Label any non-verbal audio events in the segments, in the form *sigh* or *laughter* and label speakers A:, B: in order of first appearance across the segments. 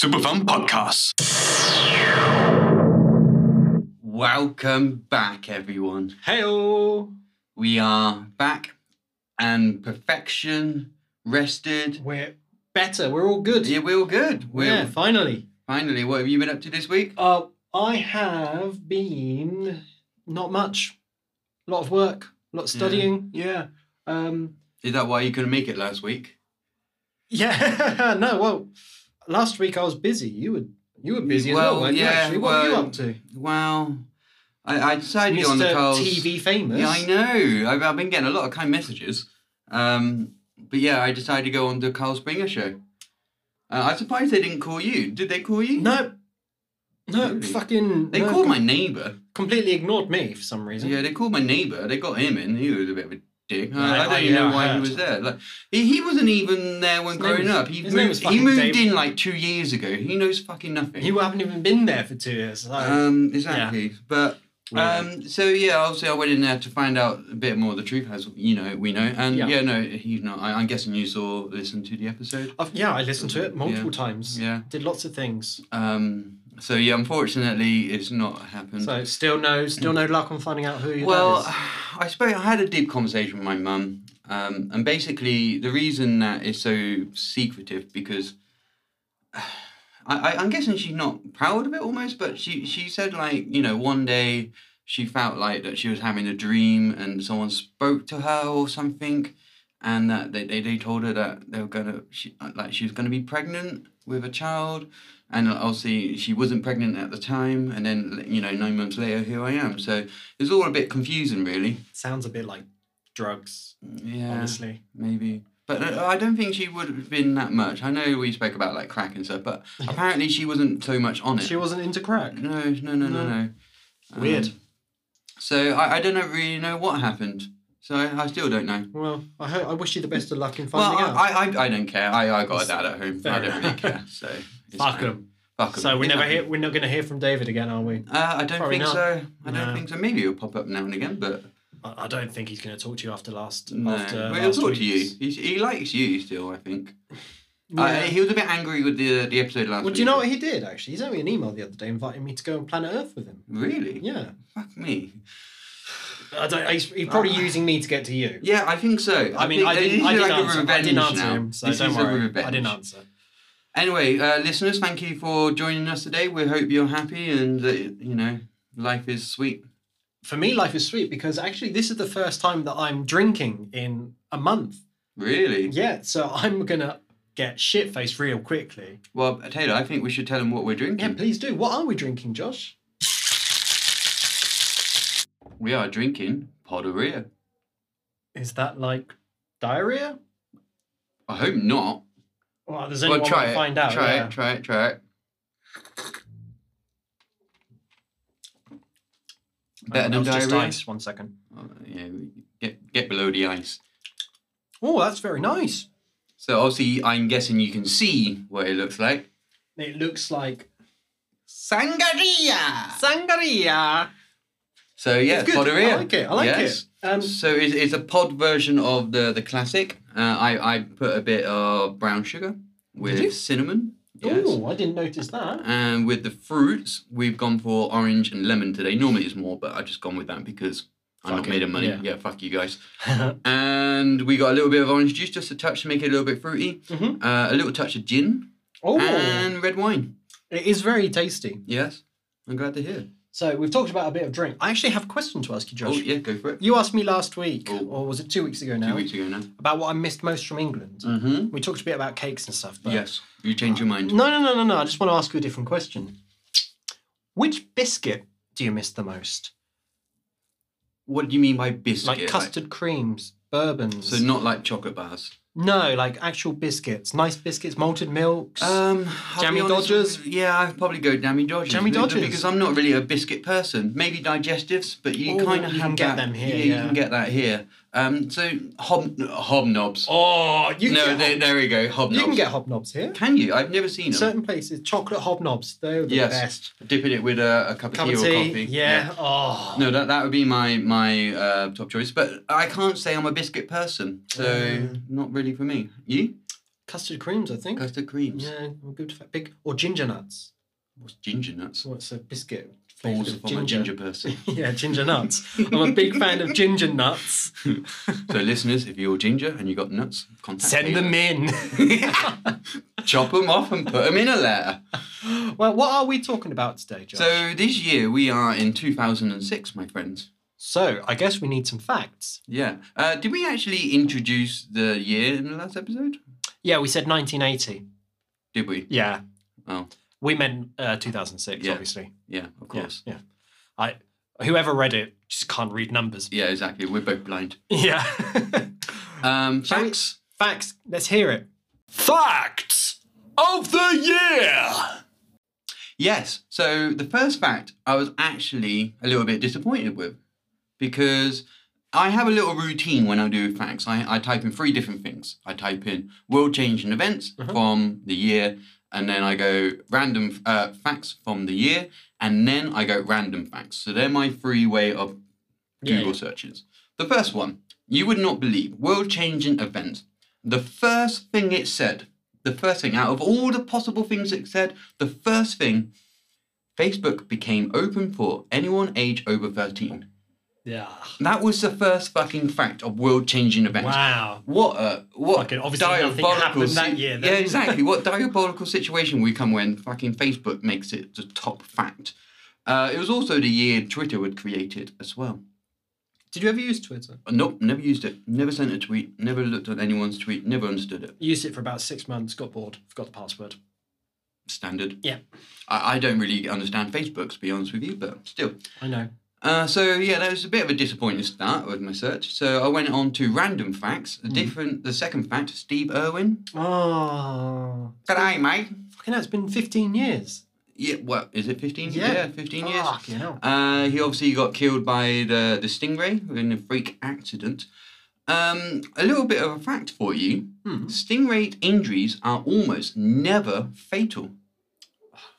A: Superfan Podcast. Welcome back, everyone.
B: Heyo!
A: We are back and perfection, rested.
B: We're better. We're all good.
A: Yeah, we're all good. We're
B: yeah, finally.
A: finally. What have you been up to this week?
B: Uh, I have been not much. A lot of work. A lot of
A: Yeah.
B: studying. Yeah. Um,
A: Is that why you couldn't make it last week?
B: yeah. *laughs* no. Well, last week I was busy. You were you were busy as well,
A: Well,
B: weren't
A: yeah,
B: you? Actually, what were you
A: well,
B: up to?
A: Well, I, I decided to get on the
B: Mr.
A: calls.
B: TV famous.
A: Yeah, I know. I've, I've been getting a lot of kind messages. Um, but yeah, I decided to go on the Carl Springer show. Uh, I'm surprised they didn't call you. Did they call you?
B: No. No,
A: Really?
B: fucking.
A: They
B: no,
A: called my neighbour.
B: Completely ignored me for some reason.
A: Yeah, they called my neighbour. They got him in. He was a bit of a dick. I,
B: I-
A: I don't
B: I-
A: even
B: yeah,
A: know
B: I
A: why he
B: heard.
A: was there. Like he, he wasn't even there when
B: His name
A: growing
B: was-
A: up. He
B: his name was
A: moved, he
B: fucking
A: moved
B: Dave.
A: in like two years ago. He knows fucking nothing.
B: You haven't even been there for two years. Like,
A: um, exactly. But
B: yeah.
A: Um, so yeah, obviously I went in there to find out a bit more of the truth, as you know, we know, and yeah,
B: Yeah.
A: no, he's not. I, I'm guessing you saw, listened to the episode.
B: I've- yeah, I listened to it multiple times.
A: Yeah.
B: Did lots of things.
A: Um, so yeah, unfortunately, it's not happened.
B: So still no, still no luck on finding out who your
A: Mm-hmm. well, uh,
B: dad
A: *sighs* I spoke. I had a deep conversation with my mum, um, and basically the reason that is so secretive because. *sighs* I, I, I'm guessing she's not proud of it almost, but she, she said like, you know, one day she felt like that she was having a dream and someone spoke to her or something and that they, they, they told her that they were gonna she, uh, like she was gonna be pregnant with a child and uh, obviously she wasn't pregnant at the time and then you know nine months later here I am so it's all a bit confusing really
B: is. Sounds a bit like drugs,
A: yeah
B: honestly.
A: maybe. But uh, I don't think she would have been that much. I know we spoke about like crack and stuff,
B: *laughs*
A: but apparently she wasn't so much on it.
B: She wasn't into crack.
A: no, no, no, no,
B: No.
A: no. Um,
B: Weird.
A: so I, I don't know- really know what happened. So I, I still don't know.
B: Well, I hope, I wish you the best of luck in
A: Well,
B: finding out.
A: I, I, I don't care. I, I got a dad at home.
B: Fair
A: I don't really
B: enough.
A: care. So it's
B: Fuck
A: fine.
B: 'em.
A: Fuck 'em.
B: So we
A: It
B: never
A: happened.
B: hear, we're not going to hear from David again, are we?
A: Uh, I don't
B: Probably
A: think
B: not.
A: so. I don't
B: No.
A: think so. Maybe he'll pop up now and again, but
B: I, I don't think he's going to talk to you after last.
A: no.
B: After
A: Well, he'll
B: last
A: talk to you.
B: week's-
A: He's, he likes you still, I think. Uh,
B: Yeah.
A: he was a bit angry with the the episode last
B: well,
A: week.
B: do you know what he did actually? He sent me an email the other day inviting me to go on planet Earth with him.
A: Really?
B: Yeah,
A: Fuck me.
B: I don't. He's, he's probably
A: Ah.
B: using me to get to you.
A: Yeah, I think so.
B: I mean,
A: think
B: I
A: that
B: didn't,
A: this
B: I
A: is like
B: didn't
A: a
B: answer, I didn't
A: revenge
B: answer
A: now.
B: him, so
A: This
B: don't
A: is a
B: worry.
A: revenge.
B: I didn't answer.
A: Anyway, uh, listeners, thank you for joining us today. We hope you're happy and that you know life is sweet.
B: for me, life is sweet because actually, this is the first time that I'm drinking in a month.
A: Really?
B: Yeah, so I'm gonna get shit faced real quickly.
A: Well, Taylor, I think we should tell them what we're
B: Yeah,
A: drinking.
B: please do. What are we drinking, Josh?
A: We are drinking Poderia.
B: Is that like diarrhea?
A: I hope not.
B: Well, there's only
A: Well,
B: one
A: try
B: way
A: it.
B: to find out.
A: try
B: yeah.
A: it. Try it. Try it. Better
B: Oh,
A: than
B: that was just
A: diarrhea.
B: ice. One second.
A: Oh, yeah, we- get get below the ice.
B: Oh, that's very nice.
A: So obviously, I'm guessing you can see what it looks like.
B: It looks like
A: Sangaria.
B: sangria.
A: So yeah,
B: it's good.
A: Poderia.
B: I like it. I like
A: yes.
B: it. Um,
A: So it's, it's a pod version of the the classic. Uh, I I put a bit of brown sugar
B: you?
A: with cinnamon. Yes.
B: Oh, I didn't notice that. *laughs*
A: And with the fruits, we've gone for orange and lemon today. Normally it's more, but I've just gone with that because I'm
B: Fuck
A: not
B: it,
A: made of money. Yeah.
B: yeah.
A: fuck you guys.
B: Oh,
A: And we got a little bit of orange juice, just a touch to make it a little bit fruity.
B: Mhm.
A: Uh, a little touch of gin
B: oh,
A: and red wine.
B: it is very tasty.
A: Yes, I'm glad to hear.
B: So we've talked about a bit of drink. I actually have a question to ask you, Josh.
A: Oh yeah, go for it.
B: You asked me last week,
A: Oh.
B: or was it two weeks ago
A: Two
B: now,
A: weeks ago now.
B: about what I missed most from England.
A: Mm-hmm.
B: We talked a bit about cakes and stuff, but
A: Yes, you changed your mind.
B: no, no, no, no, no. I just want to ask you a different question. Which biscuit do you miss the most?
A: What do you mean by biscuit?
B: Like custard creams, bourbons.
A: so not like chocolate bars.
B: no, like actual biscuits, nice biscuits, malted milks.
A: Um, I'll
B: Jammy
A: be honest
B: Dodgers?
A: with- Yeah, I'd probably go Jammy Dodgers.
B: Jammy
A: because-
B: Dodgers.
A: Because I'm not really a biscuit person. Maybe digestives, but you
B: Oh,
A: kind of
B: you
A: have
B: can get
A: that-
B: them here,
A: Yeah, you
B: yeah.
A: can get that here. Um, so hob- hobnobs.
B: Oh, you
A: no,
B: can,
A: there, there we go. Hobnobs.
B: you can get hobnobs here.
A: Can you? I've never seen them.
B: Certain places, chocolate hobnobs, they're the
A: Yes.
B: best.
A: Dipping it with a, a cup of
B: Cup
A: tea,
B: of
A: or
B: tea,
A: coffee.
B: yeah. Oh,
A: No, that that would be my my uh, top choice. But I can't say I'm a biscuit person, so
B: Mm.
A: not really for me. You
B: custard creams, I think.
A: custard creams.
B: Yeah, I'm good for big or ginger nuts.
A: What's ginger nuts?
B: So it's a biscuit.
A: Balls
B: flavoured
A: upon my ginger person.
B: *laughs* yeah, ginger nuts. I'm a big fan of ginger
A: *laughs*
B: nuts.
A: so listeners, if you're ginger and you got nuts, contact
B: Send
A: Taylor.
B: them in.
A: chop them off, and put them in a letter.
B: *laughs* well, what are we talking about today, Josh?
A: So this year we are in 2006, my friends.
B: So, I guess we need some facts.
A: Yeah. Uh, did we actually introduce the year in the last episode?
B: Yeah, we said 1980.
A: Did we?
B: Yeah.
A: Oh.
B: We meant uh, 2006,
A: Yeah,
B: obviously.
A: Yeah, of
B: Yeah,
A: course.
B: Yeah, I whoever read it just can't
A: *laughs*
B: read numbers.
A: Yeah, exactly. We're both blind.
B: Yeah. *laughs*
A: Um,
B: Shall we-
A: facts.
B: Facts. Let's hear it.
A: Facts of the year. Yes. So the first fact I was actually a little bit disappointed with because I have a little routine when I do facts. I, I type in three different things. I type in world changing events
B: Mm-hmm.
A: from the year, and then I go random uh, facts from the year, and then I go random facts. So they're my three way of
B: Yeah,
A: Google searches. The first one, you would not believe, world changing event. The first thing it said, the first thing out of all the possible things it said, the first thing, Facebook became open for anyone age over 13.
B: Yeah.
A: That was the first fucking fact of world changing event.
B: Wow.
A: What a what
B: Fucking obviously nothing happened
A: si-
B: that year then.
A: Yeah, exactly. what diabolical situation we come when fucking Facebook makes it the top fact. Uh, it was also the year Twitter was created as well.
B: Did you ever use Twitter?
A: Uh, Nope, never used it. Never sent a tweet. Never looked at anyone's tweet. Never understood it.
B: Used it for about six months. Got bored. Forgot the password.
A: Standard.
B: Yeah.
A: I, I don't really understand Facebook, to be honest with you, but still.
B: I know.
A: Uh, so yeah, that was a bit of a disappointing start with my search. So I went on to random facts. The different, the second fact, Steve Irwin.
B: Oh.
A: G'day, mate.
B: Fucking hell, it's been 15 years.
A: Yeah, what is it? Fifteen?
B: Yeah.
A: fifteen years.
B: Fucking hell.
A: Uh, he obviously got killed by the, the stingray in a freak accident. Um, a little bit of a fact for you
B: Hmm.
A: stingray injuries are almost never fatal,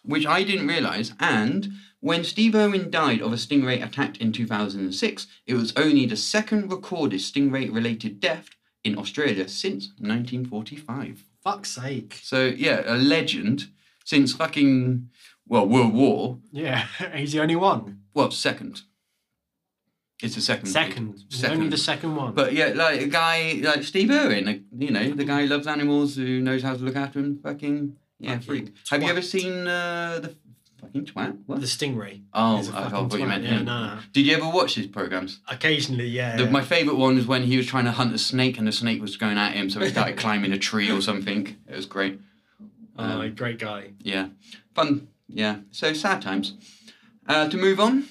A: which I didn't realize. And when Steve Irwin died of a stingray attack in 2006, it was only the second recorded stingray related death in Australia since 1945.
B: Fuck's sake.
A: So, yeah, a legend since fucking, well, World War.
B: Yeah. *laughs* He's the only one.
A: Well, second. It's the second.
B: Second. He's Only the second one.
A: But yeah, like a guy like Steve Irwin, like, you know, the guy who loves animals, who knows how to look after them. Fucking yeah,
B: Fucking
A: freak. Have you
B: twat.
A: ever seen uh, the fucking twat? What?
B: the stingray.
A: oh, I
B: is a
A: thought I
B: fucking
A: thought you
B: twat,
A: meant
B: yeah,
A: him.
B: no, no.
A: Did you ever watch his programs?
B: Occasionally, yeah.
A: The, my favorite one is when he was trying to hunt a snake and the snake was going at him, so he
B: *laughs*
A: started climbing a tree or something. It was great.
B: Oh,
A: Um,
B: great guy.
A: Yeah, fun. Yeah, so sad times. Uh, to move on,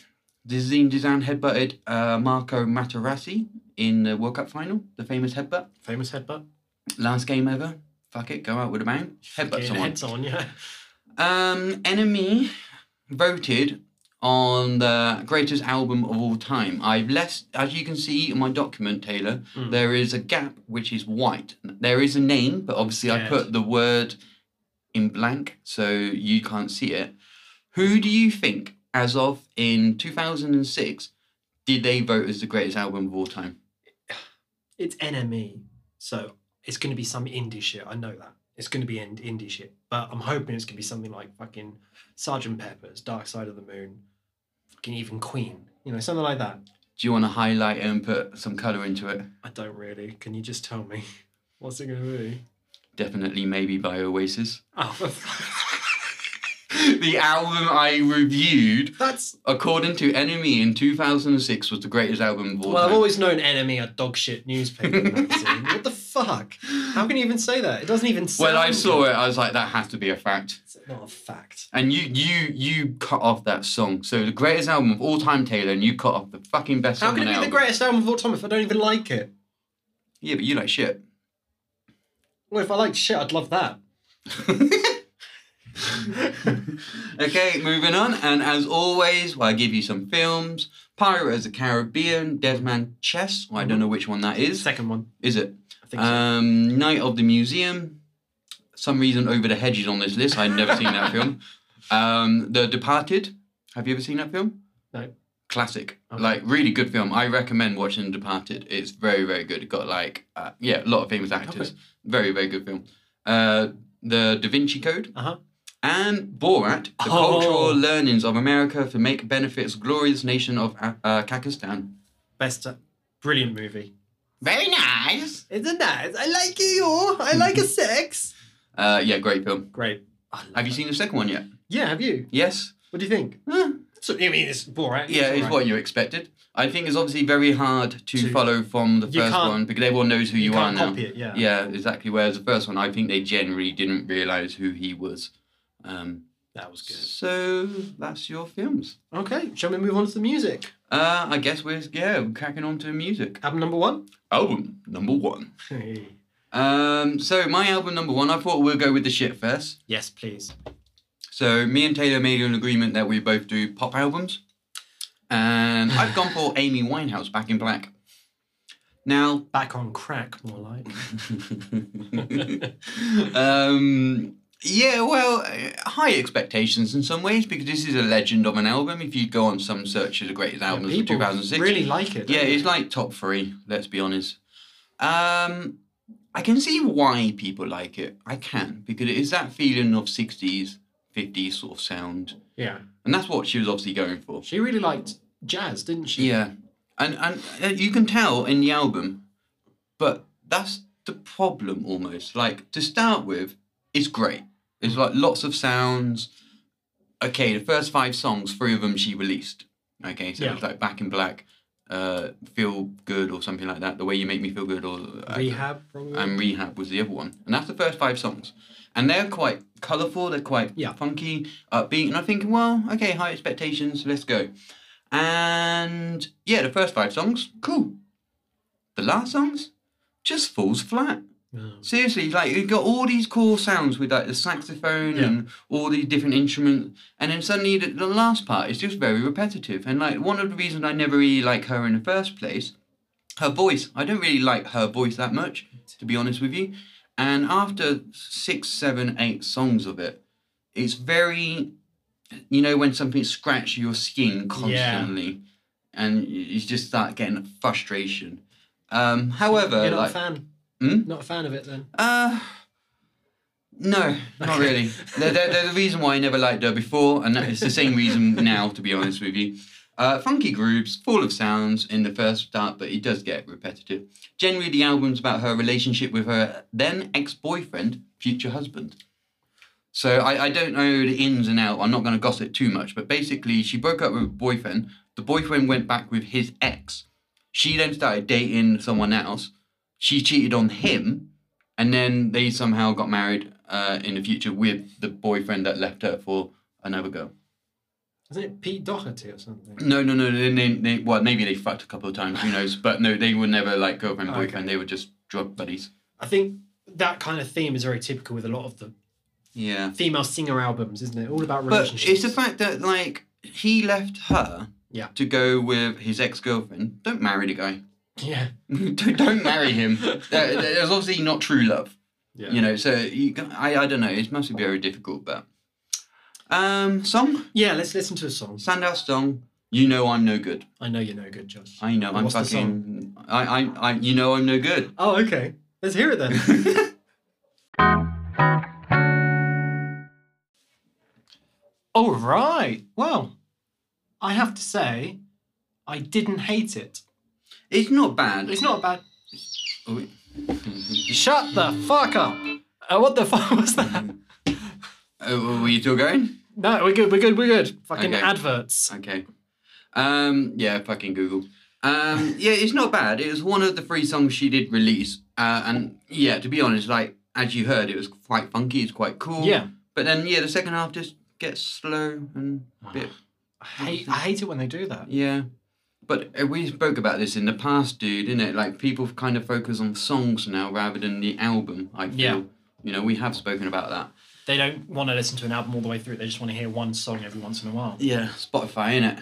A: Zine Design headbutted uh, Marco Materazzi in the World Cup final, the famous headbutt.
B: Famous headbutt.
A: Last game ever. Fuck it, go out with a bang. Headbutt
B: Getting
A: someone.
B: heads on, *laughs* yeah.
A: Um, Enemy voted on the greatest album of all time. I've less, as you can see in my document, Taylor,
B: Mm.
A: there is a gap which is white. There is a name, but obviously I
B: Yes.
A: put the word in blank, so you can't see it. Who do you think, as of in 2006, did they vote as the greatest album of all time?
B: It's NME, so it's going to be some indie shit. I know that. It's going to be ind- indie shit, but I'm hoping it's going to be something like fucking Sergeant Pepper's, Dark Side of the Moon, fucking even Queen. You know, something like that.
A: Do you want to highlight it and put some colour into it?
B: I don't really. Can you just tell me *laughs* what's it going to be?
A: Definitely, maybe by Oasis. *laughs*
B: Oh,
A: the album I reviewed,
B: *laughs*
A: *laughs*
B: that's
A: according to Enemy in 2006, was the greatest album of all
B: well. I've
A: time.
B: always known NME a dog shit
A: *laughs*
B: newspaper magazine. what the fuck? How can you even say that? It doesn't even.
A: When I
B: sound
A: saw
B: good.
A: it, I was like, that has to be a fact.
B: It's not a fact.
A: And you, you, you cut off that song. So the greatest album of all time, Taylor, and you cut off the fucking best
B: How
A: song.
B: can
A: on
B: it be the
A: album.
B: greatest album of all time if I don't even like it?
A: Yeah, but you like shit. *laughs*
B: Well, if I liked shit, I'd love that.
A: okay, moving on. And as always, well, I give you some films. Pirate of the Caribbean, Dead Man Chess. Well, I
B: Mm-hmm.
A: don't know which one that is.
B: Second one,
A: Is it?
B: I think. so.
A: Um, Night of the Museum. Some reason Over the Hedges on this list. I'd never seen that film. Um, the Departed. Have you ever seen that film?
B: No.
A: Classic.
B: Okay.
A: Like really good film. I recommend watching The Departed. It's very very good. It got like uh, yeah a lot of famous actors. Very very good film. Uh, the Da Vinci Code.
B: Uh-huh.
A: And Borat, the
B: Oh.
A: cultural learnings of America for make benefits glorious nation of uh, uh, Kakistan.
B: Best, uh, brilliant movie.
A: Very nice.
B: Isn't that? I like you. I like a sex.
A: Uh, yeah, great film.
B: *laughs* Great. I love
A: Have you
B: it.
A: seen the second one yet?
B: Yeah, have you?
A: Yes.
B: What do you think?
A: Huh.
B: So, I mean, it's Borat.
A: Yeah, it's
B: alright.
A: what you expected. I think it's obviously very hard to
B: To-
A: follow from the
B: You
A: first
B: can't-
A: one because everyone knows who you,
B: you,
A: are
B: can't
A: now.
B: copy it. Yeah.
A: Yeah, exactly. Whereas the first one, I think they generally didn't realize who he was. Um,
B: that was good.
A: so that's your films.
B: Okay, shall we move on to the music?
A: Uh, I guess we're yeah cracking on to music.
B: Album number one. *laughs*
A: Album number one.
B: Hey.
A: Um, so my album number one, I thought we'll go with the shit first.
B: Yes, please.
A: So me and Taylor made an agreement that we both do pop albums, and I've gone for Amy Winehouse, Back in Black. Now
B: Back on crack, more like.
A: *laughs* um, yeah, well, uh, high expectations in some ways because this is a legend of an album. If you go on some search of the greatest albums of
B: People
A: 2006,
B: really like it. don't
A: yeah,
B: they?
A: it's like top three. Let's be honest. Um, I can see why people like it. I can because it is that feeling of 60s, 50s sort of sound,
B: yeah.
A: and that's what she was obviously going for.
B: She really liked jazz, didn't she?
A: Yeah, and and uh, you can tell in the album, but that's the problem almost. Like to start with, it's great. It's like lots of sounds. Okay, the first five songs, three of them she released. Okay, so it was like Back in Black, uh, Feel Good or something like that. The way you make me feel good or uh,
B: Rehab, probably.
A: and Rehab was the other one, and that's the first five songs. And they're quite colourful, they're quite
B: Yeah.
A: funky, upbeat, and I'm thinking, well, okay, high expectations, let's go. And yeah, the first five songs, cool. The last songs just falls flat.
B: Oh.
A: Seriously, like you've got all these cool sounds with like the saxophone
B: Yeah.
A: and all these different instruments, and then suddenly the, the last part is just very repetitive. And like one of the reasons I never really like her in the first place, her voice. I don't really like her voice that much, to be honest with you. And after six, seven, eight songs of it, it's very, you know, when something scratches your skin constantly, and you you just start getting frustration. Um, however,
B: You're not
A: like,
B: a fan.
A: Hmm?
B: Not a fan of it then.
A: uh, no, not
B: Okay.
A: really. They're, they're, they're the reason why I never liked her before, and that is the same reason now, to be honest with you. Uh, funky grooves, full of sounds in the first start, but it does get repetitive. Generally, the album's about her relationship with her then ex boyfriend, future husband. So I, I don't know the ins and out. I'm not going to gossip too much, but basically, she broke up with a boyfriend. The boyfriend went back with his ex. She then started dating someone else. She cheated on him, and then they somehow got married uh, in the future with the boyfriend that left her for another girl.
B: Isn't it Pete Doherty or something?
A: No, no, no. They, they, they, well, maybe they fucked a couple of times. Who knows? But no, they were never like girlfriend
B: Okay.
A: boyfriend. They were just drug buddies.
B: I think that kind of theme is very typical with a lot of the
A: Yeah.
B: female singer albums, isn't it? All about
A: But
B: relationships.
A: it's the fact that like he left her.
B: Yeah.
A: To go with his ex girlfriend. Don't marry the guy. *laughs*
B: yeah.
A: don't, don't marry *laughs* him. That- that was obviously not true love.
B: yeah.
A: You know. So you, can- I, I don't know. It must be very difficult. But um, song
B: Yeah, let's listen to a song.
A: standout song. You know I'm no good.
B: I know you're no good, Josh.
A: I know I'm
B: What's the
A: fucking. I, I I you know I'm no good. *laughs*
B: Oh, okay. Let's hear it then. All right. Well, I have to say, I didn't hate it.
A: It's not bad.
B: It's not bad.
A: Oh, wait.
B: Shut the fuck up. Uh, what the *laughs* fuck was that?
A: Oh, were you still going?
B: No, we're good. We're good. We're good. Fucking
A: Okay.
B: adverts.
A: Okay. Um. Yeah. Fucking Google.
B: *laughs*
A: Um. Yeah. It's not bad. It was one of the three songs she did release. Uh. And yeah. To be honest, like as you heard, it was quite funky. It's quite cool.
B: Yeah.
A: But then yeah, the second half just gets slow and a bit
B: I hate, I hate it when they do that.
A: Yeah. But uh, we spoke about this in the past, dude, innit? Like, people kind of focus on songs now rather than the album, I feel.
B: Yeah.
A: You know, we have spoken about that.
B: They don't want to listen to an album all the way through. They just want to hear one song every once in a while.
A: Yeah, Spotify, innit?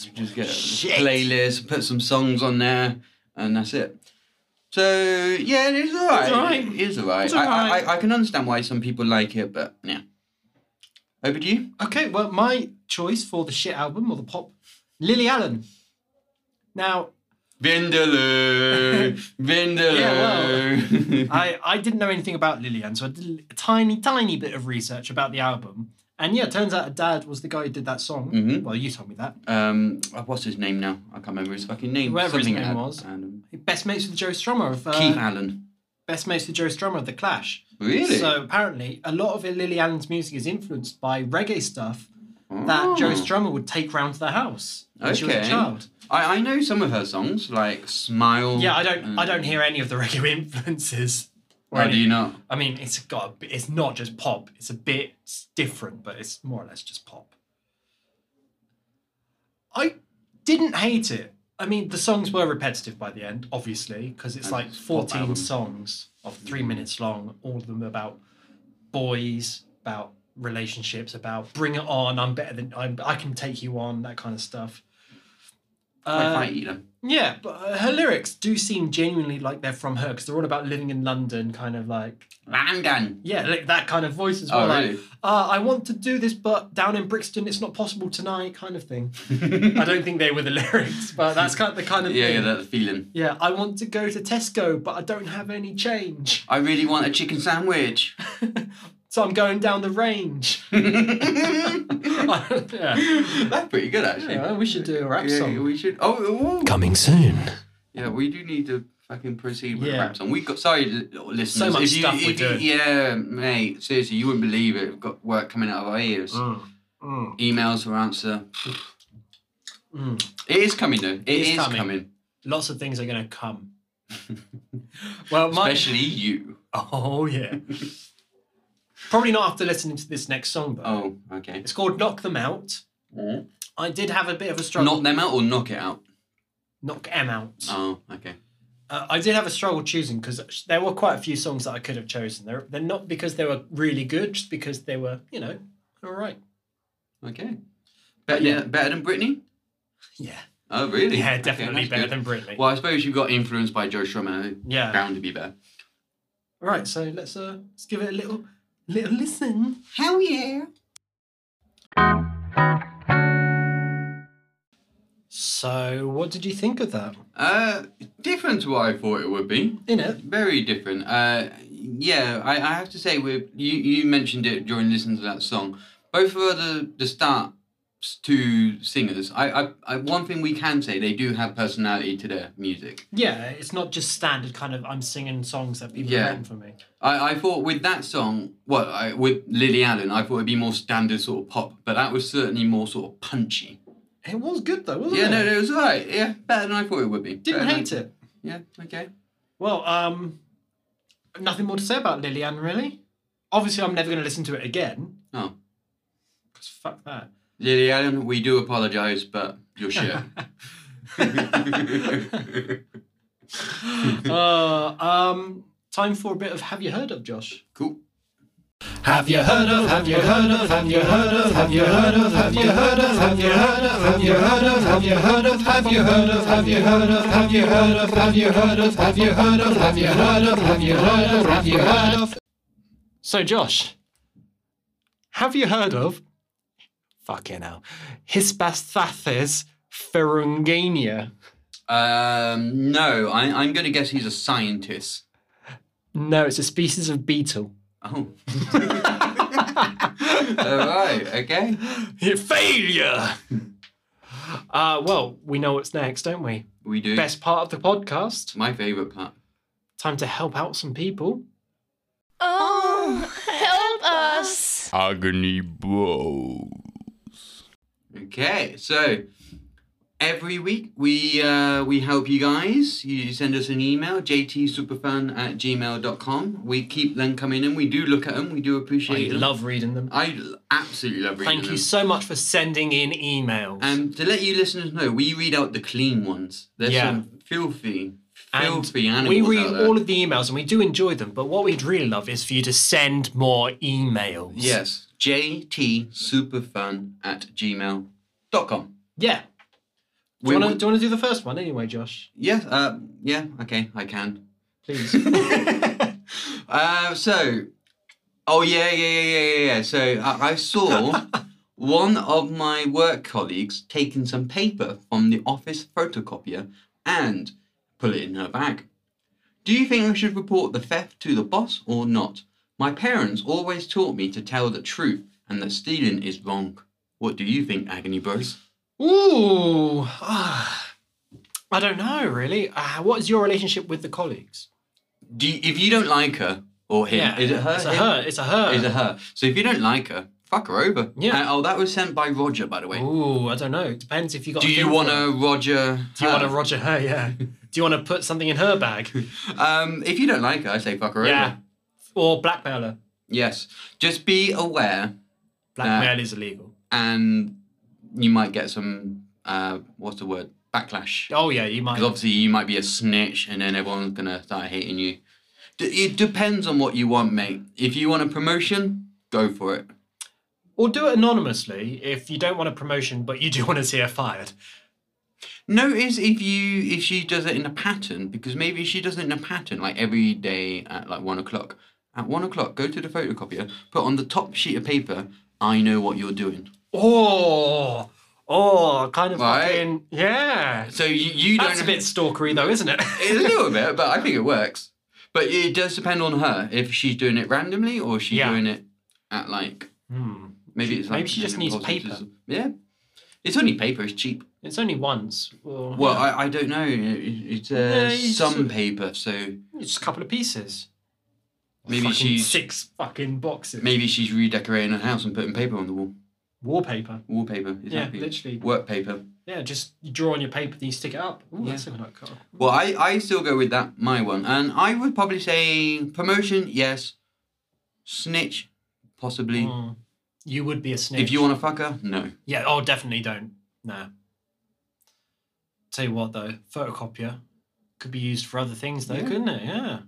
A: You Just get a
B: Shit.
A: playlist, put some songs on there, and that's it. So yeah, it's alright.
B: It's alright.
A: It's alright.
B: It's
A: I,
B: alright.
A: I, I can understand why some people like it, but yeah. Over to you.
B: Okay, well, my choice for the shit album or the pop, Lily Allen. Now, *laughs*
A: Vindaloo, Vindaloo. *laughs*
B: I, I didn't know anything about Lily Allen, so I did a tiny, tiny bit of research about the album. And yeah, it turns out her dad was the guy who did that song.
A: Mhm.
B: Well, you told me that.
A: um, oh, what's his name now? I can't remember his fucking name.
B: Whoever his
A: Something
B: name
A: Ad-
B: was.
A: Adam.
B: Best mates with Joe Strummer of uh,
A: Keith Allen.
B: Best mates with Joe Strummer of The Clash.
A: Really?
B: So apparently, a lot of Lily Allen's music is influenced by reggae stuff that
A: Oh.
B: Joe Strummer would take round to the house when she was a
A: Okay.
B: child.
A: I, I know some of her songs like Smile.
B: Yeah, I don't, I
A: and-
B: don't hear any of the reggae *laughs* influences. or
A: Oh,
B: any-
A: do you not?
B: I mean, it's got. A, bit- it's not just pop. It's a bit different, but it's more or less just pop. I didn't hate it. I mean, the songs were repetitive by the end, obviously, because it's
A: And
B: like
A: it's a pop
B: fourteen
A: album.
B: songs of three minutes long, all of them about boys, about relationships, about bring it on. I'm better than I'm, I can take you on. That kind of stuff.
A: I
B: Uh,
A: fight you know.
B: yeah, but uh, her lyrics do seem genuinely like they're from her because they're all about living in London, kind of like
A: London.
B: yeah, like that kind of voice as
A: Oh,
B: well. Like, uh, I want to do this, but down in Brixton, it's not possible tonight, kind of *laughs* thing.
A: really?
B: I don't think they were the *laughs* lyrics, but that's kind of the kind of
A: yeah, yeah,
B: thing.
A: that feeling.
B: Yeah, I want to go to Tesco, but I don't have any change,
A: I really want a chicken sandwich. *laughs*
B: so I'm going down the range. *laughs*
A: That's
B: yeah.
A: pretty good, actually.
B: yeah, we should do a rap
A: Yeah,
B: song
A: we should. Oh, oh, oh.
B: coming soon.
A: yeah, we do need to fucking proceed with
B: Yeah.
A: the rap song. We got sorry, l- listeners.
B: So much
A: if you,
B: stuff
A: if
B: we're
A: you-
B: doing.
A: Yeah, mate. Seriously, you wouldn't believe it. We've got work coming out of our ears.
B: Mm,
A: Emails for answer. It is coming though. it is, coming.
B: Mm. Lots of things are going to *laughs* come. well, my,
A: Especially you.
B: *laughs* oh yeah. Probably not after listening to this next song though.
A: Oh, okay.
B: It's called Knock Them Out. I did have a bit of a struggle.
A: Knock them out or knock it out.
B: Knock M out.
A: Oh, okay.
B: Uh, I did have a struggle choosing because there were quite a few songs that I could have chosen. They're, they're not because they were really good, just because they were, you know, all right.
A: Okay. Better,
B: yeah.
A: better than Britney?
B: Yeah.
A: Oh, really?
B: Yeah,
A: Okay,
B: definitely
A: that's
B: better
A: good.
B: than Britney.
A: Well, I suppose you got influenced by Joe Strummer.
B: yeah.
A: Bound to be better.
B: All right, so let's uh, let's give it a little little listen.
A: Hell yeah.
B: So, what did you think of that?
A: Uh, different to what I thought it would be.
B: In it,
A: Very different. Uh, yeah, I, I have to say, with you, you mentioned it during listening to that song. Both of the the start two singers, I, I, I one thing we can say they do have personality to their music.
B: yeah, it's not just standard kind of I'm singing songs that people
A: Yeah.
B: have written for me.
A: I, I thought with that song, well, I, with Lily Allen, I thought it'd be more standard sort of pop, but that was certainly more sort of punchy.
B: It was good though, wasn't
A: Yeah,
B: it?
A: no, no, it was alright. Yeah, better than I thought it would be.
B: Didn't
A: Better
B: hate
A: than-
B: it.
A: Yeah, okay.
B: Well, um, nothing more to say about Lillian, really. Obviously, I'm never going to listen to it again.
A: Oh.
B: Because fuck *laughs* that.
A: Lily Allen, we do apologise, but you're shit.
B: *laughs*
A: *laughs*
B: uh, um, time for a bit of Have You Heard of, Josh?
A: cool.
B: Have you heard of, have you heard of, have you heard of, have you heard of, have you heard of, have you heard of, have you heard of, have you heard of, have you heard of, have you heard of, have you heard of, have you heard of, have you heard of, have you heard of, have you heard of, have you heard of. So, Josh, have you heard of, fucking hell, Hispasthathis ferungania?
A: Um, no, I, I'm going to guess he's a scientist.
B: No, it's a species of beetle.
A: Oh. All right, okay.
B: Failure! *laughs* Uh, well, we know what's next, don't we?
A: We do.
B: best part of the podcast.
A: My favourite part.
B: Time to help out some people.
C: Oh, help us!
D: Agony Bro.
A: Okay, so every week we uh, we help you guys. You send us an email, jtsuperfan at gmail.com. We keep them coming in. We do look at them. We do appreciate them.
B: reading them.
A: I l- absolutely love reading
B: Thank you
A: them.
B: so much for sending in emails.
A: Um, to let you listeners know, we read out the clean ones. There's
B: Yeah.
A: some filthy, Filled
B: And
A: animals
B: we read
A: out there.
B: all of the emails and we do enjoy them, but what we'd really love is for you to send more emails.
A: Yes. JTSuperfun at gmail.com.
B: Yeah. Do
A: We-
B: you, wanna,
A: we-
B: do you wanna do the first one anyway, Josh?
A: Yes. Uh, yeah. Okay. I can. *laughs*
B: Please. *laughs*
A: uh, so, oh yeah, yeah, yeah, yeah, yeah. yeah. So I, I
B: *laughs*
A: saw one of my work colleagues taking some paper from the office photocopier and put it in her bag. Do you think I should report the theft to the boss or not? My parents always taught me to tell the truth and that stealing is wrong. What do you think, Agony Bros?
B: Ooh. ah. I don't know, really. Uh, what is your relationship with the colleagues?
A: Do you, if you don't like her or him, is it her?
B: It's a
A: him?
B: her. It's a her.
A: is a her. So if you don't like her, fuck her over.
B: Yeah. Oh,
A: Uh, oh, that was sent by Roger, by the way.
B: Ooh, I don't know. It depends if you got.
A: Do
B: a
A: you
B: thing
A: want
B: for her.
A: to Roger?
B: Do you want to
A: her?
B: Roger her?
A: *laughs*
B: Yeah. Do you want to put something in her bag?
A: Um, if you don't like her, I say fuck her
B: yeah.
A: over.
B: Or blackmail her.
A: Yes. Just be aware,
B: Blackmail is illegal.
A: and you might get some. Uh, what's the word? Backlash.
B: Oh yeah, you might.
A: Because obviously you might be a snitch, and then everyone's gonna start hating you. D- it depends on what you want, mate. If you want a promotion, go for it.
B: Or do it anonymously if you don't want a promotion, but you do *laughs* want to see her fired.
A: Notice if you if she does it in a pattern, because maybe she does it in a pattern, like every day at like one o'clock. At one o'clock, go to the photocopier, put on the top sheet of paper, I know what you're doing.
B: Oh, oh, kind of
A: Right.
B: fucking yeah.
A: So you, you
B: That's a
A: don't
B: bit stalkery though, isn't
A: *laughs*
B: it? *laughs*
A: it's a little bit, but I think it works. But it does depend on her if she's doing it randomly or she's
B: Yeah.
A: doing it at like
B: Hmm.
A: maybe it's like
B: Maybe she
A: an
B: just needs
A: impulsive
B: paper.
A: decision. Yeah. It's only paper, it's cheap.
B: It's only once. Or,
A: Well, I, I don't know. It, it's uh,
B: Yeah, you
A: some
B: sort of-
A: paper, so
B: it's just a couple of pieces.
A: Maybe
B: Fucking
A: she's-
B: six fucking boxes.
A: maybe she's redecorating her house and putting paper on the wall.
B: Wallpaper.
A: Wallpaper, exactly.
B: Yeah, literally.
A: Work paper.
B: Yeah, just you draw on your paper, then you stick it up. Ooh,
A: Yeah.
B: that's looking like cool.
A: Well, I, I still go with that, my one. And I would probably say promotion, yes. Snitch, possibly.
B: Mm. You would be a snitch.
A: If you want to fuck her, no.
B: Yeah, oh, definitely don't. Nah. Tell you what, though, photocopier could be used for other things, though,
A: Yeah.
B: couldn't it? Yeah.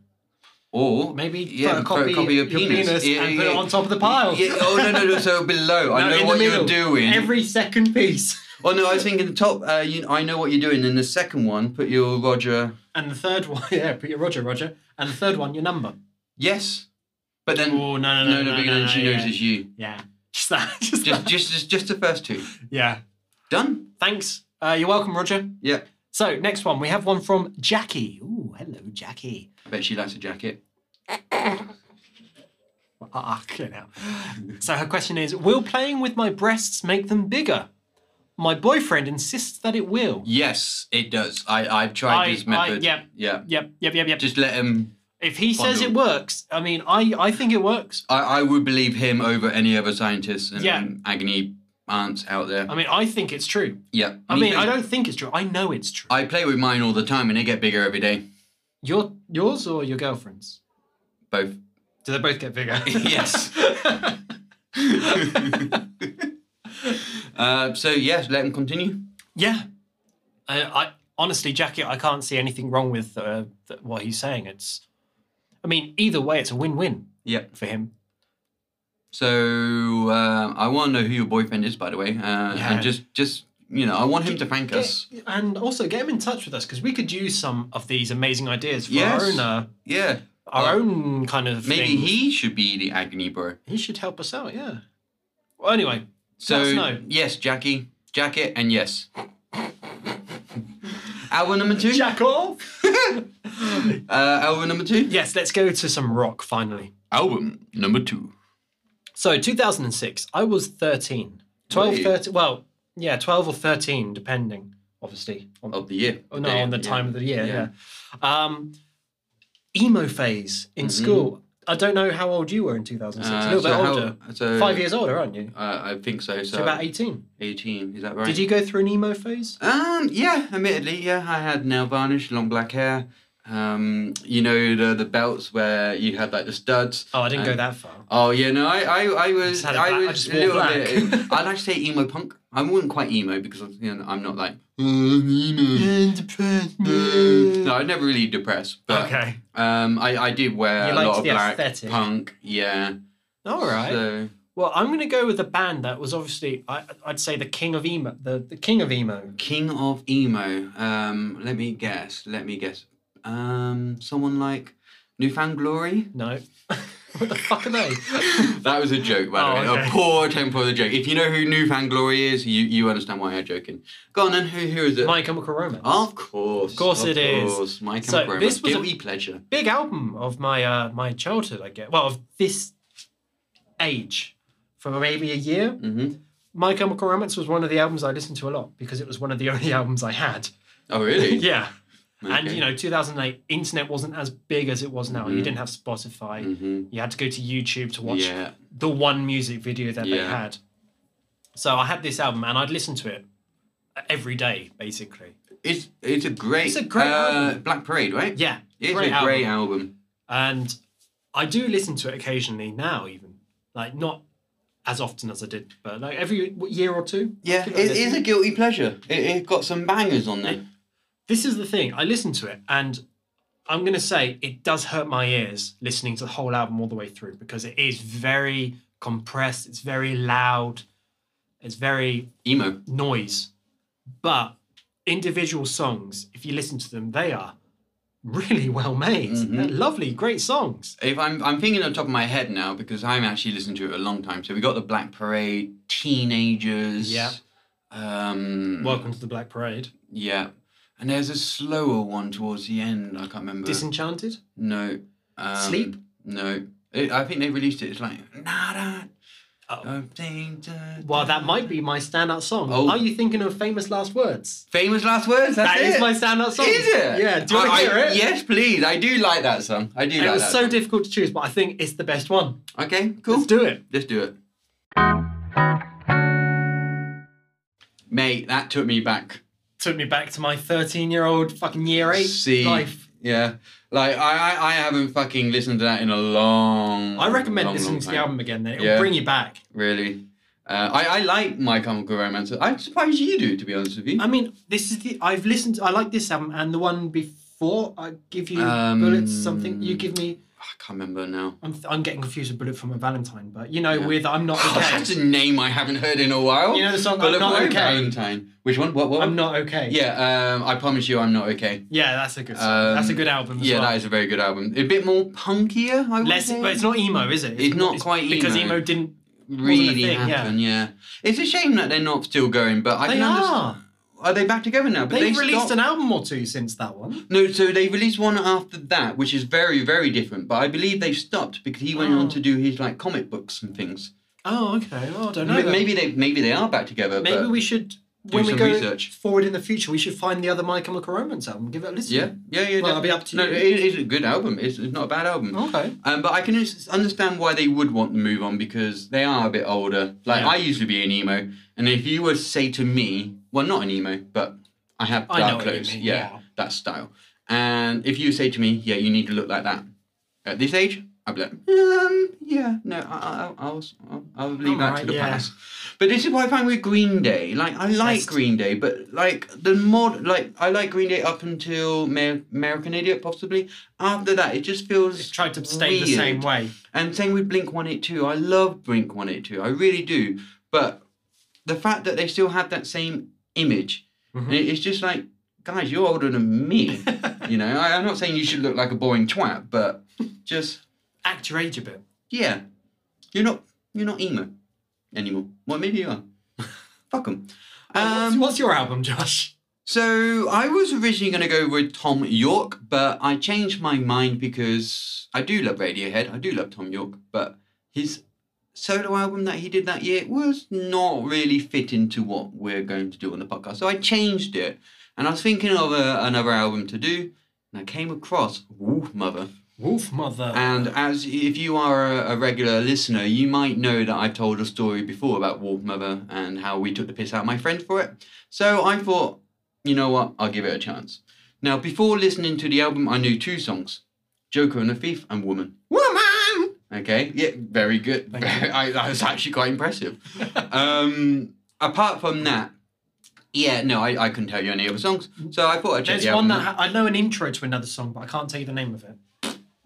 A: Or
B: Maybe
A: yeah,
B: photocopy
A: your
B: your penis and put
A: *laughs*
B: it on top of the pile.
A: Yeah, oh
B: *laughs*
A: no, no, no. So below,
B: No,
A: I
B: in
A: know
B: the
A: what
B: middle.
A: you're doing.
B: Every second piece.
A: Oh no, I was thinking the top. Uh, you, I know what you're doing. And the second one, put your Roger.
B: And the third one, *laughs* yeah, put your Roger, Roger. And the third one, your number.
A: Yes, but then
B: Oh, no, no,
A: no,
B: no.
A: no,
B: no,
A: because
B: no,
A: then she
B: no,
A: knows
B: yeah.
A: it's you.
B: Yeah. *laughs* Just that.
A: Just,
B: Just, that.
A: just, just, just the first two.
B: Yeah.
A: Done.
B: Thanks. Uh, you're welcome, Roger.
A: Yep.
B: So, next one, we have one from Jackie. Ooh, hello, Jackie.
A: I bet she likes a jacket.
B: *laughs* Ah, clear now. So her question is Will playing with my breasts make them bigger? My boyfriend insists that it will.
A: Yes, it does. I, I've tried
B: I-
A: this method.
B: I- yeah.
A: Yeah.
B: Yep, yep, yep, yep.
A: Just let him.
B: if he says it
A: bundle.
B: works, I mean, I, I think it works.
A: I, I would believe him over any other scientists and,
B: Yeah.
A: and agony aunts out there.
B: I mean, I think it's true.
A: yeah.
B: I
A: me
B: mean,
A: too.
B: I don't think it's true. I know it's true.
A: I play with mine all the time and they get bigger every day.
B: Your yours or your girlfriend's? *laughs*
A: Both.
B: Do they both get *laughs* bigger?
A: Yes. uh, so, yes, let him continue.
B: yeah. I, I honestly, Jackie, I can't see anything wrong with uh, th- what he's saying. It's, I mean, either way, it's a win-win
A: Yeah.
B: for him.
A: So, um, I want to know who your boyfriend is, by the way. Uh,
B: Yeah.
A: And just, just, you know, I want him to thank
B: Get-
A: us.
B: and also get him in touch with us because we could use some of these amazing ideas for
A: Yes.
B: our own uh,
A: Yeah.
B: our
A: Uh,
B: own kind of
A: Maybe
B: things.
A: he should be the agony bro.
B: he should help us out yeah well anyway
A: So
B: Let us know.
A: yes, Jackie, jacket, and yes. album number two.
B: jack off
A: uh, album number two.
B: yes let's go to some rock finally
A: Album number two.
B: so 2006 i was 13 12
A: Wait.
B: 13 well yeah 12 or 13 depending obviously on,
A: of the year.
B: oh, no,
A: Day
B: on the
A: year.
B: time of the year
A: Yeah.
B: yeah, um emo phase in school i don't know how old you were in 2006
A: Mm-hmm. Uh,
B: a little
A: so
B: bit
A: how-
B: older
A: so-
B: five years older aren't you
A: Uh, I think so. So,
B: so about 18
A: eighteen. Is that right?
B: Did you go through an emo phase?
A: Um. Yeah. Admittedly, yeah. I had nail varnish, long black hair, Um, you know the the belts where you had like the studs.
B: Oh, I didn't go
A: and-
B: that far.
A: Oh yeah, no, I I, I was
B: just had a
A: I
B: black- I
A: was
B: just
A: a
B: wore
A: little
B: black. *laughs*
A: bit. I like to say emo punk. I wasn't quite emo because you know, I'm not *laughs* like no, I'm never really depressed. But
B: okay.
A: um, I I did wear a
B: You liked
A: lot of
B: the
A: black
B: aesthetic.
A: punk. Yeah.
B: All right.
A: So,
B: Well, I'm going to go with a band that was obviously, I, I'd say, the king of emo. The, the king of emo.
A: King of emo. Um, let me guess. Let me guess. Um, someone like Newfound Glory.
B: No. *laughs* what the fuck are they?
A: *laughs* that was a joke, by the
B: Oh,
A: way.
B: okay.
A: A poor tempo of the joke. If you know who Newfound Glory is, you, you understand why I'm joking. Go on then. Who who is it?
B: My Chemical Romance.
A: Of course.
B: Of course it is.
A: course. My
B: So,
A: Chemical Romance.
B: this was a-
A: Guilty pleasure.
B: Big album of my uh, my childhood, I guess. Well, of this age, for maybe a year.
A: hmm
B: My Chemical Romance was one of the albums I listened to a lot because it was one of the *laughs* only albums I had.
A: Oh *laughs* really?
B: yeah. And
A: Okay.
B: you know, 2008, internet wasn't as big as it was now. You
A: Mhm.
B: didn't have Spotify.
A: Mhm.
B: You had to go to YouTube to watch
A: Yeah.
B: the one music video that they
A: Yeah.
B: had. So I had this album and I'd listen to it every day, basically.
A: It's it's a great.
B: It's a great
A: uh,
B: album.
A: Black Parade, right?
B: Yeah,
A: It's
B: great
A: a
B: album.
A: great album.
B: And I do listen to it occasionally now, even like not as often as I did, but like every year or two.
A: Yeah,
B: Give
A: it
B: it a
A: is a
B: listen.
A: guilty pleasure. It, it got some bangers on there.
B: This is the thing. I listen to it and. I'm going to say it does hurt my ears listening to the whole album all the way through because it is very compressed, it's very loud, it's very
A: Emo.
B: noise. But individual songs, if you listen to them, they are really *laughs* well made.
A: Mhm.
B: They're lovely, great songs.
A: If I'm I'm thinking on top of my head now because I'm actually listening to it a long time. So we got the Black Parade, Teenagers.
B: Yeah.
A: Um,
B: Welcome to the Black Parade.
A: Yeah. And there's a slower one towards the end. I can't remember.
B: Disenchanted?
A: no. Um,
B: Sleep?
A: No. It, I think they released it. It's like nada.
B: Oh.
A: um, ding, da,
B: Well,
A: da.
B: that might be my standout song.
A: Oh.
B: Are you thinking of famous last words?
A: famous last words. That's
B: That
A: it.
B: is my standout song.
A: Is it?
B: Yeah. Do you want
A: I-
B: to hear
A: I-
B: it?
A: Yes, please. I do like that song. I do
B: It
A: like
B: was
A: that.
B: so
A: song.
B: difficult to choose, but I think it's the best one.
A: okay, cool.
B: Let's do it.
A: Let's do it. Mate, that took me back.
B: Took me back to my 13 year old fucking year eight
A: See,
B: life.
A: yeah, like I, I, I haven't fucking listened to that in a long.
B: I recommend
A: long,
B: listening
A: long
B: to the
A: time.
B: album again, then it'll
A: Yeah.
B: bring you back.
A: Really, uh, I, I like My Chemical Romance. I'm surprised you do, to be honest with you.
B: I mean, this is the I've listened. I like this album and the one before. I give you
A: Um,
B: bullets. Something you give me.
A: I can't remember now.
B: I'm, I'm getting confused with bullet from a Valentine, but you know,
A: Yeah. *laughs*
B: with I'm not
A: That's
B: okay.
A: a name I haven't heard in a while.
B: You know the song
A: Bullet
B: I'm not
A: Boy
B: okay.
A: Valentine. Which one? What? What?
B: I'm not okay.
A: Yeah, um, I promise you, I'm not okay.
B: yeah, that's a good. Song.
A: Um,
B: that's a good album. As
A: Yeah,
B: well.
A: that is a very good album. A bit more punkier, I would
B: less,
A: say.
B: but it's not emo, is it?
A: It's not quite
B: because
A: emo.
B: emo didn't. wasn't a
A: really
B: thing, yeah.
A: happen. Yeah. it's a shame that they're not still going. But I
B: they
A: can understand.
B: are.
A: Are they back together now? But
B: They've
A: they
B: released
A: stopped-
B: an album or two since that one.
A: No, so they released one after that, which is very, very different. But I believe they stopped because he went
B: Oh.
A: on to do his like comic books and things.
B: Oh, okay. Oh, I don't know.
A: M-
B: then.
A: maybe they, maybe they are back together.
B: Maybe
A: but
B: we should. When we
A: some
B: go
A: research.
B: forward in the future, we should find the other My Chemical Romance album. Give it a listen.
A: yeah, yeah, yeah.
B: Well, that'll be up to
A: no,
B: you.
A: it is a good album. It's, it's not a bad album.
B: Okay.
A: Um, but I can s- understand why they would want to move on because they are a bit older. Like
B: Yeah.
A: I used to be an emo, and if you were to say to me, well, not an emo, but I have
B: I
A: dark
B: know what you
A: clothes,
B: mean,
A: yeah,
B: yeah.
A: that style. And if you say to me, yeah, you need to look like that at this age, I'd be like, um, yeah, no, I, I, I'll, I'll, I'll, I'll leave
B: I'm
A: that to
B: alright,
A: the
B: yeah.
A: past. But this is what I find with Green Day. Like I like
B: Obsessed.
A: Green Day, but like the more like I like Green Day up until Ma- American Idiot, possibly. After that, it just feels
B: It's tried to stay the same
A: weird.
B: way.
A: And same with Blink One Eight Two. I love Blink One Eight Two. I really do. But the fact that they still have that same image,
B: Mhm.
A: and it- it's just like, guys, you're older than
B: *laughs*
A: me. you know, I, I'm not saying you should look like a boring twat, but just
B: Act your age a bit.
A: yeah, you're not you're not emo anymore. Well, maybe you are. Fuck 'em.
B: Uh,
A: Um,
B: what's, what's your album, Josh?
A: So I was originally going to go with Tom York, but I changed my mind because I do love Radiohead. I do love Tom York, but his solo album that he did that year was not really fitting to what we're going to do on the podcast. So I changed it, and I was thinking of a, another album to do, and I came across Wolf Mother.
B: Wolf Mother.
A: And as if you are a, a regular listener, you might know that I told a story before about Wolf Mother and how we took the piss out of my friend for it. So I thought, you know what, I'll give it a chance. Now, before listening to the album, I knew two songs Joker and the Thief and Woman.
B: Woman!
A: Okay, yeah, very good.
B: Thank you.
A: *laughs* I, that was actually quite impressive. um, apart from that, yeah, no, I, I couldn't tell you any other songs. So I thought I'd check
B: There's
A: the
B: one
A: album.
B: that ha- I know an intro to another song, but I can't tell you the name of it.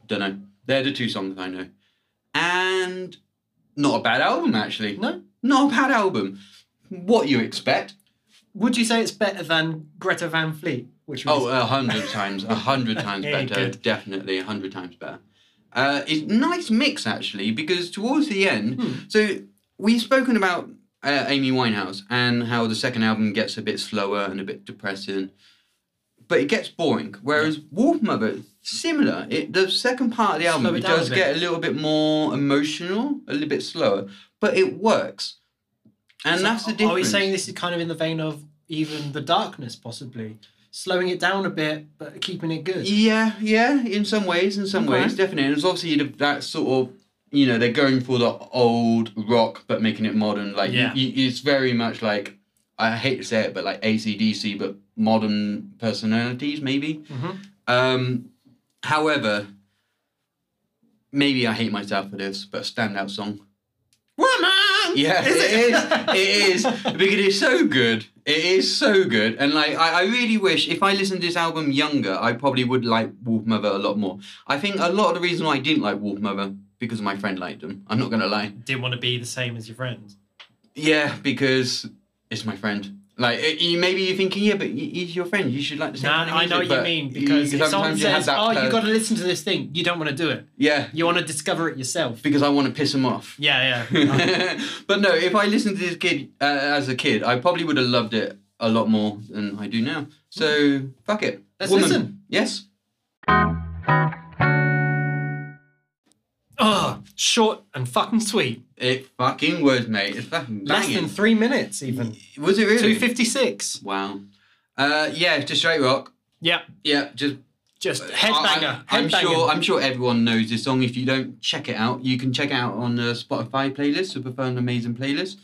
A: Don't know. They're the two songs I know. And not a bad album, actually.
B: No?
A: Not a bad album. What you expect?
B: Would you say it's better than Greta Van Fleet? Which was
A: Oh, a hundred times, a hundred
B: *laughs*
A: times
B: Yeah,
A: better.
B: good.
A: Definitely a hundred times better. Uh, it's nice mix actually because towards the end,
B: Hmm.
A: so we've spoken about uh, Amy Winehouse and how the second album gets a bit slower and a bit depressing, but it gets boring. Whereas Wolf Mother, similar. It the second part of the album
B: Slow it
A: it
B: down a
A: does
B: bit.
A: get a little bit more emotional, a little bit slower, but it works. And
B: So
A: that's the
B: Are
A: difference.
B: we saying this is kind of in the vein of even the darkness, possibly slowing it down a bit but keeping it good?
A: Yeah, yeah, in some ways, in some
B: Okay.
A: ways, definitely. And it's obviously the, that sort of, you know, they're going for the old rock but making it modern. Like, you-
B: Yeah.
A: you, it's very much like, I hate to say it, but like ACDC, but modern personalities, maybe.
B: Mhm.
A: Um, however, maybe I hate myself for this, but standout song.
B: Woman.
A: Yeah,
B: *laughs* Is
A: it is. It is because it's so good. It is so good, and like I, I really wish if I listened to this album younger, I probably would like Wolf Mother a lot more. I think a lot of the reason why I didn't like Wolf Mother because my friend liked them. I'm not gonna lie.
B: Didn't want to be the same as your friends.
A: Yeah, because it's my friend. Like it- you, maybe you're thinking, yeah, but he- he's your friend. You should like the same.
B: No,
A: kind of
B: I know what
A: music,
B: you
A: but
B: mean because
A: you-
B: if someone
A: sometimes you have
B: says,
A: that
B: "Oh,
A: per-
B: you got to listen to this thing," you don't want to do it.
A: yeah,
B: You want to discover it yourself.
A: because I want to piss him off.
B: Yeah, yeah.
A: *laughs* but no, if I listened to this kid uh, as a kid, I probably would have loved it a lot more than I do now. So fuck it.
B: Let's listen.
A: Yes.
B: *laughs* oh, short and fucking sweet.
A: It fucking was, mate. It's fucking
B: Less
A: banging.
B: than three minutes, even.
A: was it really?
B: Two fifty six.
A: Wow. Uh, yeah, just straight rock.
B: Yeah,
A: Yeah, just
B: just headbanger.
A: I, am
B: headbanger.
A: sure. I'm sure everyone knows this song. If you don't check it out, you can check it out on the Spotify playlist, Superfun Amazing playlist.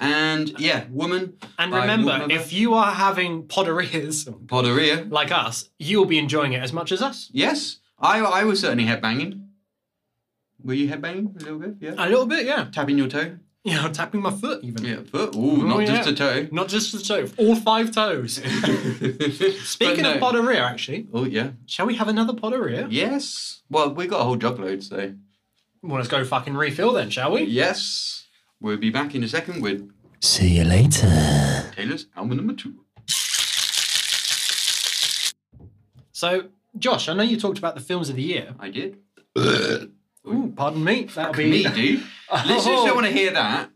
A: And yeah, woman.
B: and
A: by
B: remember,
A: Wolfmother.
B: if you are having poderias
A: Poderia.
B: like us, you'll be enjoying it as much as us.
A: Yes, I I was certainly headbanging. Were you headbanging a little bit? Yeah.
B: A little bit, yeah.
A: Tapping your toe.
B: Yeah, I'm tapping my foot even.
A: Yeah, foot. Ooh, not
B: Oh, yeah.
A: just a toe.
B: Not just the toe, all five *laughs* toes. *laughs* Speaking of
A: But no.
B: poderia, actually,
A: Oh yeah.
B: shall we have another poderia?
A: Yes. Well, we got a whole job load, so
B: Well, let's go fucking refill then, shall we?
A: yes, we'll be back in a second with
B: See you later.
A: Taylor's album number two.
B: So, Josh, I know you talked about the films of the year.
A: I did.
B: Ooh, pardon me. That'll be Oh.
A: Me, dude. Listeners don't want to hear that.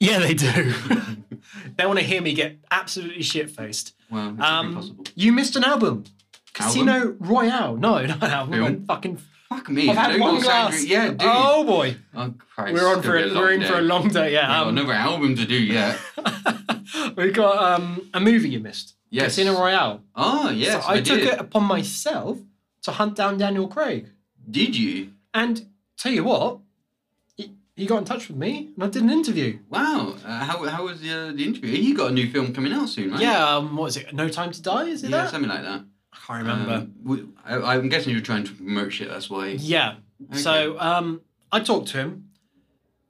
B: Yeah, they do. *laughs* they want to hear me get absolutely shit faced.
A: Well, it's um,
B: Um,
A: impossible.
B: you missed an album. Casino Royale. No, *laughs* not an album.
A: Film?
B: I'm fucking.
A: Fuck me.
B: I've had
A: don't
B: one
A: sound
B: glass.
A: great. Yeah, dude.
B: Oh boy,
A: Oh, Christ.
B: we're on
A: it's
B: for
A: gonna be
B: a, we're in
A: long
B: for a
A: day.
B: long day.
A: We've
B: Yeah.
A: got
B: Um,
A: another album to do
B: *laughs*
A: yet.
B: we got um, a movie you missed.
A: Yes.
B: Casino Royale.
A: Oh, yes.
B: so I, took
A: did.
B: it upon myself to hunt down Daniel Craig.
A: Did you?
B: And tell you what, he, he got in touch with me and I did an interview.
A: Wow. Uh, how, how was the, uh, the interview? You got a new film coming out soon, right?
B: Yeah, um, what is it? No Time to Die? Is it
A: Yeah,
B: that?
A: something like that.
B: I can't remember.
A: Um, w- I, am guessing you're trying to promote shit. That's why.
B: yeah. So um, I talked to him.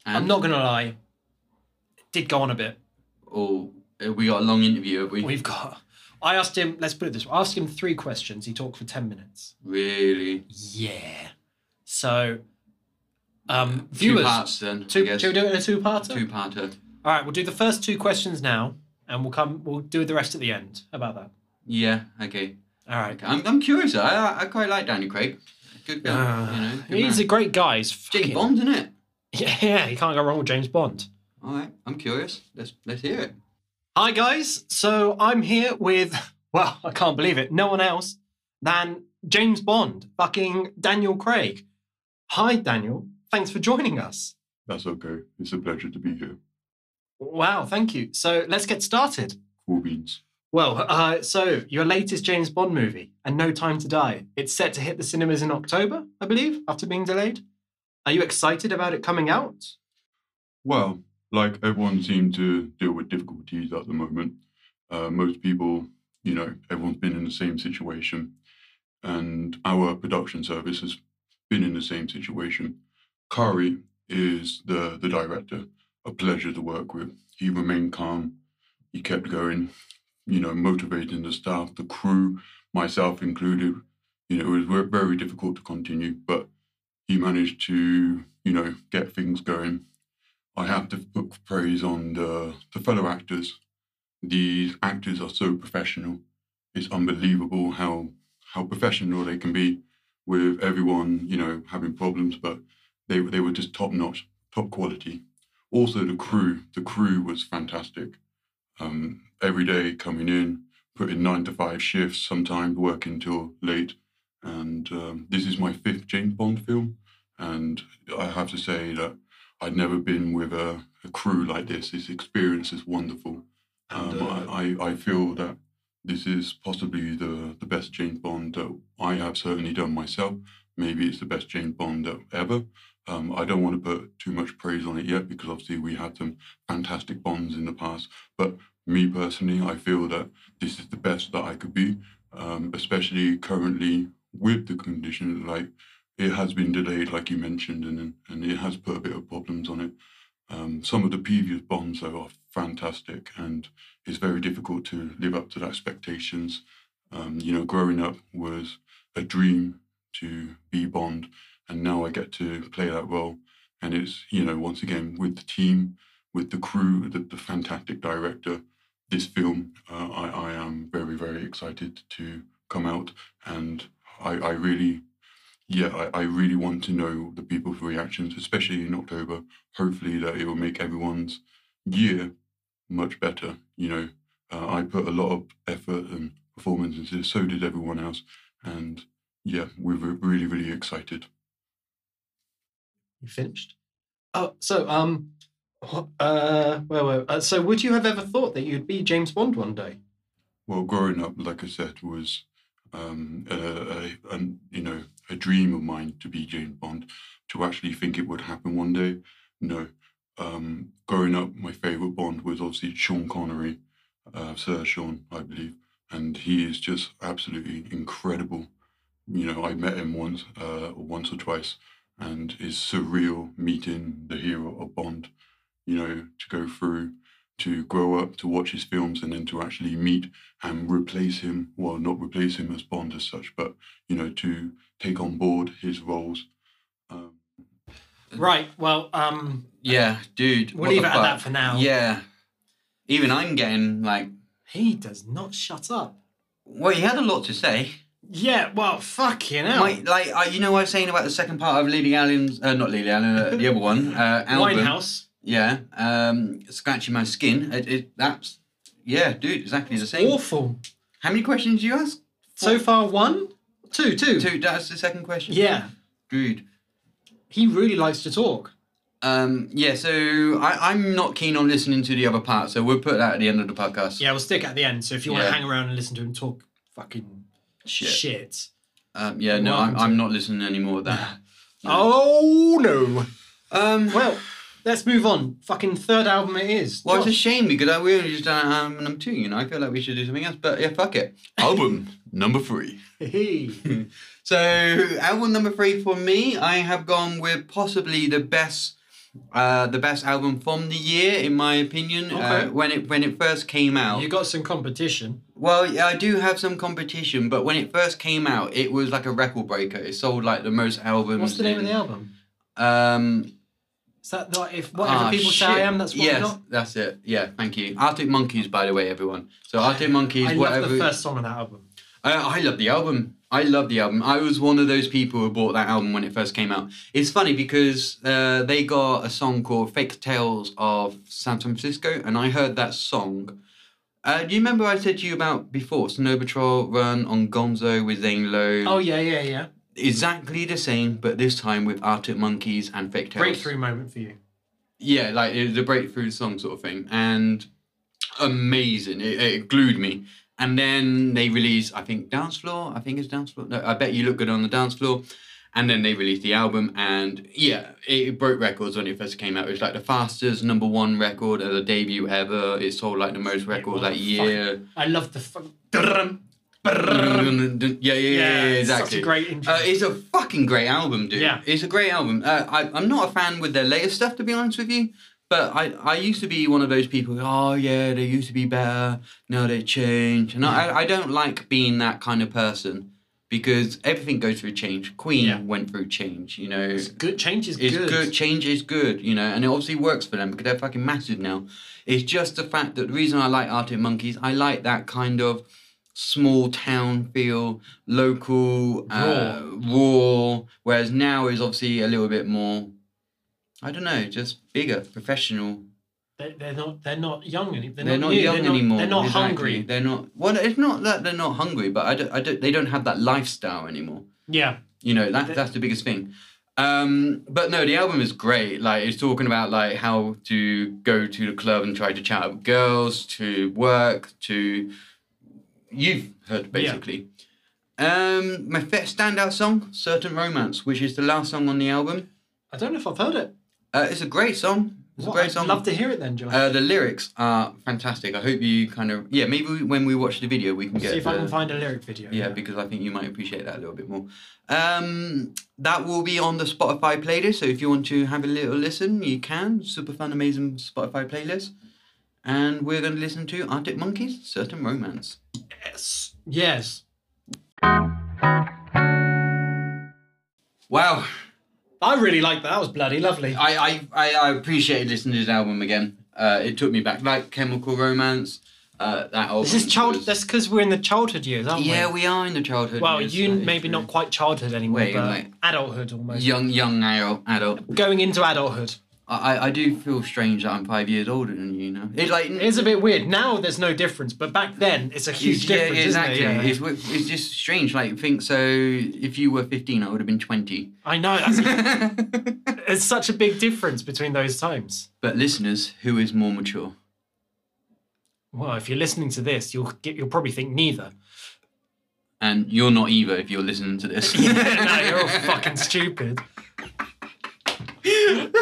A: And-
B: I'm not going to lie. It did go on a bit.
A: Oh, uh, we got a long interview. Have we
B: We've got. I asked him, let's put it this way I asked him three questions. He talked for 10 minutes.
A: really
B: Yeah. So, um,
A: two
B: viewers.
A: parts then.
B: Two,
A: I guess.
B: shall we do it in a two-parter?
A: Two parter.
B: All right, we'll do the first two questions now, and we'll come. We'll do the rest at the end. How about that?
A: Yeah. Okay.
B: All right.
A: Okay. I'm, I'm curious. I- I I quite like Danny Craig. Good guy.
B: Uh,
A: you know. Good
B: he's
A: man.
B: a great guy. He's
A: James
B: fucking,
A: Bond, isn't it?
B: *laughs* Yeah, you can't go wrong with James Bond.
A: All right. I'm curious. Let's let's hear it.
B: Hi guys. So I'm here with *laughs* well, I can't believe it. No one else than James Bond, fucking Daniel Craig. Hi Daniel. Thanks for joining us.
D: That's okay. It's a pleasure to be here.
B: Wow, thank you. So let's get started.
D: Cool beans.
B: Well, uh, so your latest James Bond movie, and No Time to Die, it's set to hit the cinemas in October, I believe, after being delayed. Are you excited about it coming out?
D: Well, like everyone seemed to deal with difficulties at the moment, uh, most people you know, everyone's been in the same situation. And our production service has been in the same situation. Kari is the, the director, a pleasure to work with. He remained calm, he kept going, you know, motivating the staff, the crew, myself included. You know, it was ve- very difficult to continue, but he managed to, you know, get things going. I have to put praise on the, the fellow actors these actors are so professional. It's unbelievable how how professional they can be with everyone, you know, having problems, but they were- they were just top notch, top quality. Also the crew, the crew was fantastic. Um, every day coming in, putting nine to five shifts, sometimes working till late. And um, this is my fifth James Bond film, and I have to say that I'd never been with a, a crew like this. This experience is wonderful.
B: And,
D: Um,
B: uh,
D: I, I I feel that this is possibly the, the best James Bond that I have certainly done myself. Maybe it's the best James Bond that ever. Um, I don't want to put too much praise on it yet because obviously we had some fantastic Bonds in the past. But me personally, I feel that this is the best that I could be, um, especially currently with the condition like it has been delayed, like you mentioned, and and it has put a bit of problems on it. Um, some of the previous Bonds though are fantastic and it's very difficult to live up to the expectations. Um, you know, growing up was a dream to be Bond, and now I get to play that role. And it's, you know, once again, with the team, with the crew, the, the fantastic director, this film, uh, I, I am very, very excited to come out. And I, I really, yeah, I, I really want to know the people's reactions, especially in October. Hopefully, that it will make everyone's year much better. You know, uh, I put a lot of effort and performance into this. So did everyone else, and yeah, we were really, really excited.
B: You finished? Oh, so um, wh- uh, well, well, uh, so would you have ever thought that you'd be James Bond one day?
D: Well, growing up, like I said, was um, a, a, an- you know a dream of mine to be James Bond. To actually think it would happen one day, no. Um, growing up, my favorite Bond was obviously Sean Connery, uh, Sir Sean, I believe, and he is just absolutely incredible. You know, I met him once, uh, once or twice, and it's surreal meeting the hero of Bond. You know, to go through, to grow up, to watch his films, and then to actually meet and replace him well not replace him as bond as such but you know to take on board his roles um,
B: Right. Well, um,
A: Yeah, dude.
B: We'll
A: what
B: leave
A: the
B: it at
A: fuck?
B: that for now.
A: Yeah. Even I'm getting like,
B: he does not shut up.
A: well, he had a lot to say.
B: Yeah. Well, fucking hell.
A: My, like, uh, you know what I was saying about the second part of Lily Allen's, uh, not Lily Allen, uh, the other one, uh, album.
B: *laughs* Winehouse.
A: Yeah, um, scratching my skin. It, it, that's yeah, dude, exactly the same.
B: Awful.
A: How many questions do you ask?
B: So far, one, two, two.
A: Two. That's the second question.
B: Yeah.
A: dude.
B: He really likes to talk.
A: Um, yeah, so I, I'm not keen on listening to the other part, so we'll put that at the end of the podcast.
B: Yeah, we'll stick at the end. So if you want
A: Yeah.
B: to hang around and listen to him talk, fucking shit.
A: Shit. Um, yeah,
B: You're
A: no, I'm,
B: welcome to.
A: I'm not listening anymore. Of
B: *sighs*
A: that.
B: Oh no.
A: Um, well,
B: Well, let's move on. Fucking third album it is.
A: it's a shame because I we only just done album number two. You know, I feel like we should do something else, but yeah, fuck it. *laughs* Album number three.
B: Josh.
A: So album number three for me, I have gone with possibly the best, uh, the best album from the year, in my opinion.
B: Okay.
A: Uh, when it when it first came out,
B: you got some competition.
A: Well, yeah, I do have some competition, but when it first came out, it was like a record breaker. It sold like the most albums.
B: What's the name of the
A: in-
B: album?
A: Um,
B: Is that not if whatever
A: ah,
B: people
A: shit.
B: say I am, that's what
A: yes,
B: I'm not?
A: that's it. Yeah, thank you. Arctic Monkeys, by the way, everyone. So Arctic Monkeys,
B: I
A: whatever.
B: love the first song on that album.
A: I, I love the album. I love the album. I was one of those people who bought that album when it first came out. It's funny because uh, they got a song called Fake Tales of San Francisco, and I heard that song. Uh, do you remember I said to you about before Snow Patrol Run on Gonzo with Zane Lowe?
B: Oh yeah, yeah, yeah.
A: Exactly the same, but this time with Arctic Monkeys and Fake Tales
B: Breakthrough moment for you.
A: yeah, like it was a breakthrough song sort of thing, and amazing. It, it glued me. And then they released, I think, Dance Floor. I think it's Dance Floor. No, I bet you look good on the dance floor. And then they released the album, and yeah, it broke records when it first came out. It was like the fastest number one record as a debut ever. It sold like the most records
B: was
A: that
B: fucking-
A: year.
B: I love the fucking.
A: yeah,
B: Yeah,
A: yeah, yeah, yeah, exactly.
B: Such a great intro.
A: Uh, it's a fucking great album, dude.
B: Yeah.
A: It's a great album. Uh, I, I'm not a fan with their latest stuff, to be honest with you. But I, I used to be one of those people, who, oh, yeah, they used to be better. Now they change. And I, I don't like being that kind of person because everything goes through change. Queen
B: Yeah.
A: went through change, you know.
B: it's good. Change is
A: It's
B: good.
A: good. Change is good, you know, and it obviously works for them because they're fucking massive now. It's just the fact that the reason I like Arctic Monkeys, I like that kind of small town feel, local, uh, raw. Whereas now is obviously a little bit more, I don't know, just bigger, professional.
B: They're, they're not. They're not young anymore. They're,
A: They're, not,
B: new,
A: young
B: they're not-
A: anymore.
B: They're not
A: exactly.
B: hungry.
A: They're not. Well, it's not that they're not hungry, but I don't, I don't, they don't have that lifestyle anymore.
B: Yeah.
A: You know, that
B: Th-
A: that's the biggest thing. Um, but no, the album is great. Like it's talking about like how to go to the club and try to chat up girls, to work, to you've heard basically. Um, my fa- standout song, "Certain Romance," which is the last song on the album.
B: I don't know if I've heard it.
A: Uh, it's a great song. It's
B: What?
A: a great
B: I'd
A: song.
B: love to hear it then, John.
A: uh, the lyrics are fantastic. I hope you kind of yeah. Maybe we, when we watch the video, we can get
B: See if
A: the,
B: I can find a lyric video.
A: yeah, because I think you might appreciate that a little bit more. Um, that will be on the Spotify playlist, so if you want to have a little listen, you can. Super fun, amazing Spotify playlist. And we're going to listen to Arctic Monkeys, Certain Romance.
B: Yes. Yes.
A: Wow,
B: I really like that. That was bloody lovely.
A: I I, I, I appreciated listening to this album again. Uh, it took me back, like Chemical Romance. Uh, that album
B: This is child.
A: was-
B: That's because we're in the childhood years, aren't
A: yeah,
B: we?
A: we are in the childhood.
B: well,
A: years,
B: you
A: that is
B: maybe
A: true.
B: not quite childhood anymore,
A: Wait,
B: but
A: like-
B: adulthood almost.
A: young, young adult. adult.
B: Going into adulthood.
A: I, I- I do feel strange that I'm five years older than you now. It's like
B: It is a bit weird. Now there's no difference, but back then it's a huge
A: It's-
B: difference,
A: Yeah, exactly.
B: isn't it? Yeah.
A: It's, wi- it's just strange. Like, think so. If you were 15, I would have been
B: *laughs*
A: 20.
B: I know. That's, it's such a big difference between those times.
A: but listeners, who is more mature?
B: Well, if you're listening to this, you'll get, you'll probably think neither. *laughs*
A: And you're not either if you're listening to this.
B: *laughs* no, you're
A: *laughs*
B: all fucking stupid.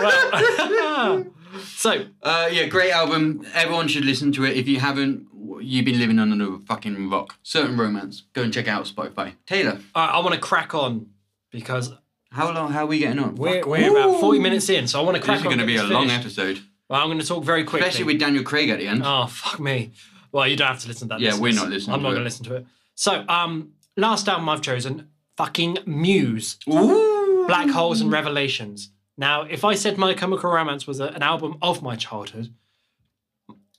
B: Well, *laughs* so
A: Uh, yeah, great album. Everyone should listen to it. If you haven't, w- you've been living under a fucking rock. Certain romance. Go and check out Spotify. Taylor,
B: I, I want to crack on because
A: how long? How are we getting on?
B: we're,
A: Fuck.
B: we're about 40 minutes in, so I want to
A: This
B: crack
A: is
B: on.
A: going to
B: get
A: be a
B: this
A: long
B: finished.
A: episode,
B: Well, I'm going to talk very quickly.
A: especially with Daniel Craig at the end.
B: Oh, fuck me. Well, you don't have to listen to that.
A: Yeah,
B: listeners.
A: we're not listening
B: I'm
A: to
B: not
A: it.
B: going to listen to it. So, um, last album I've chosen, fucking Muse,
A: Ooh.
B: Black Holes and Revelations. Now, if I said My Chemical Romance was a, an album of my childhood,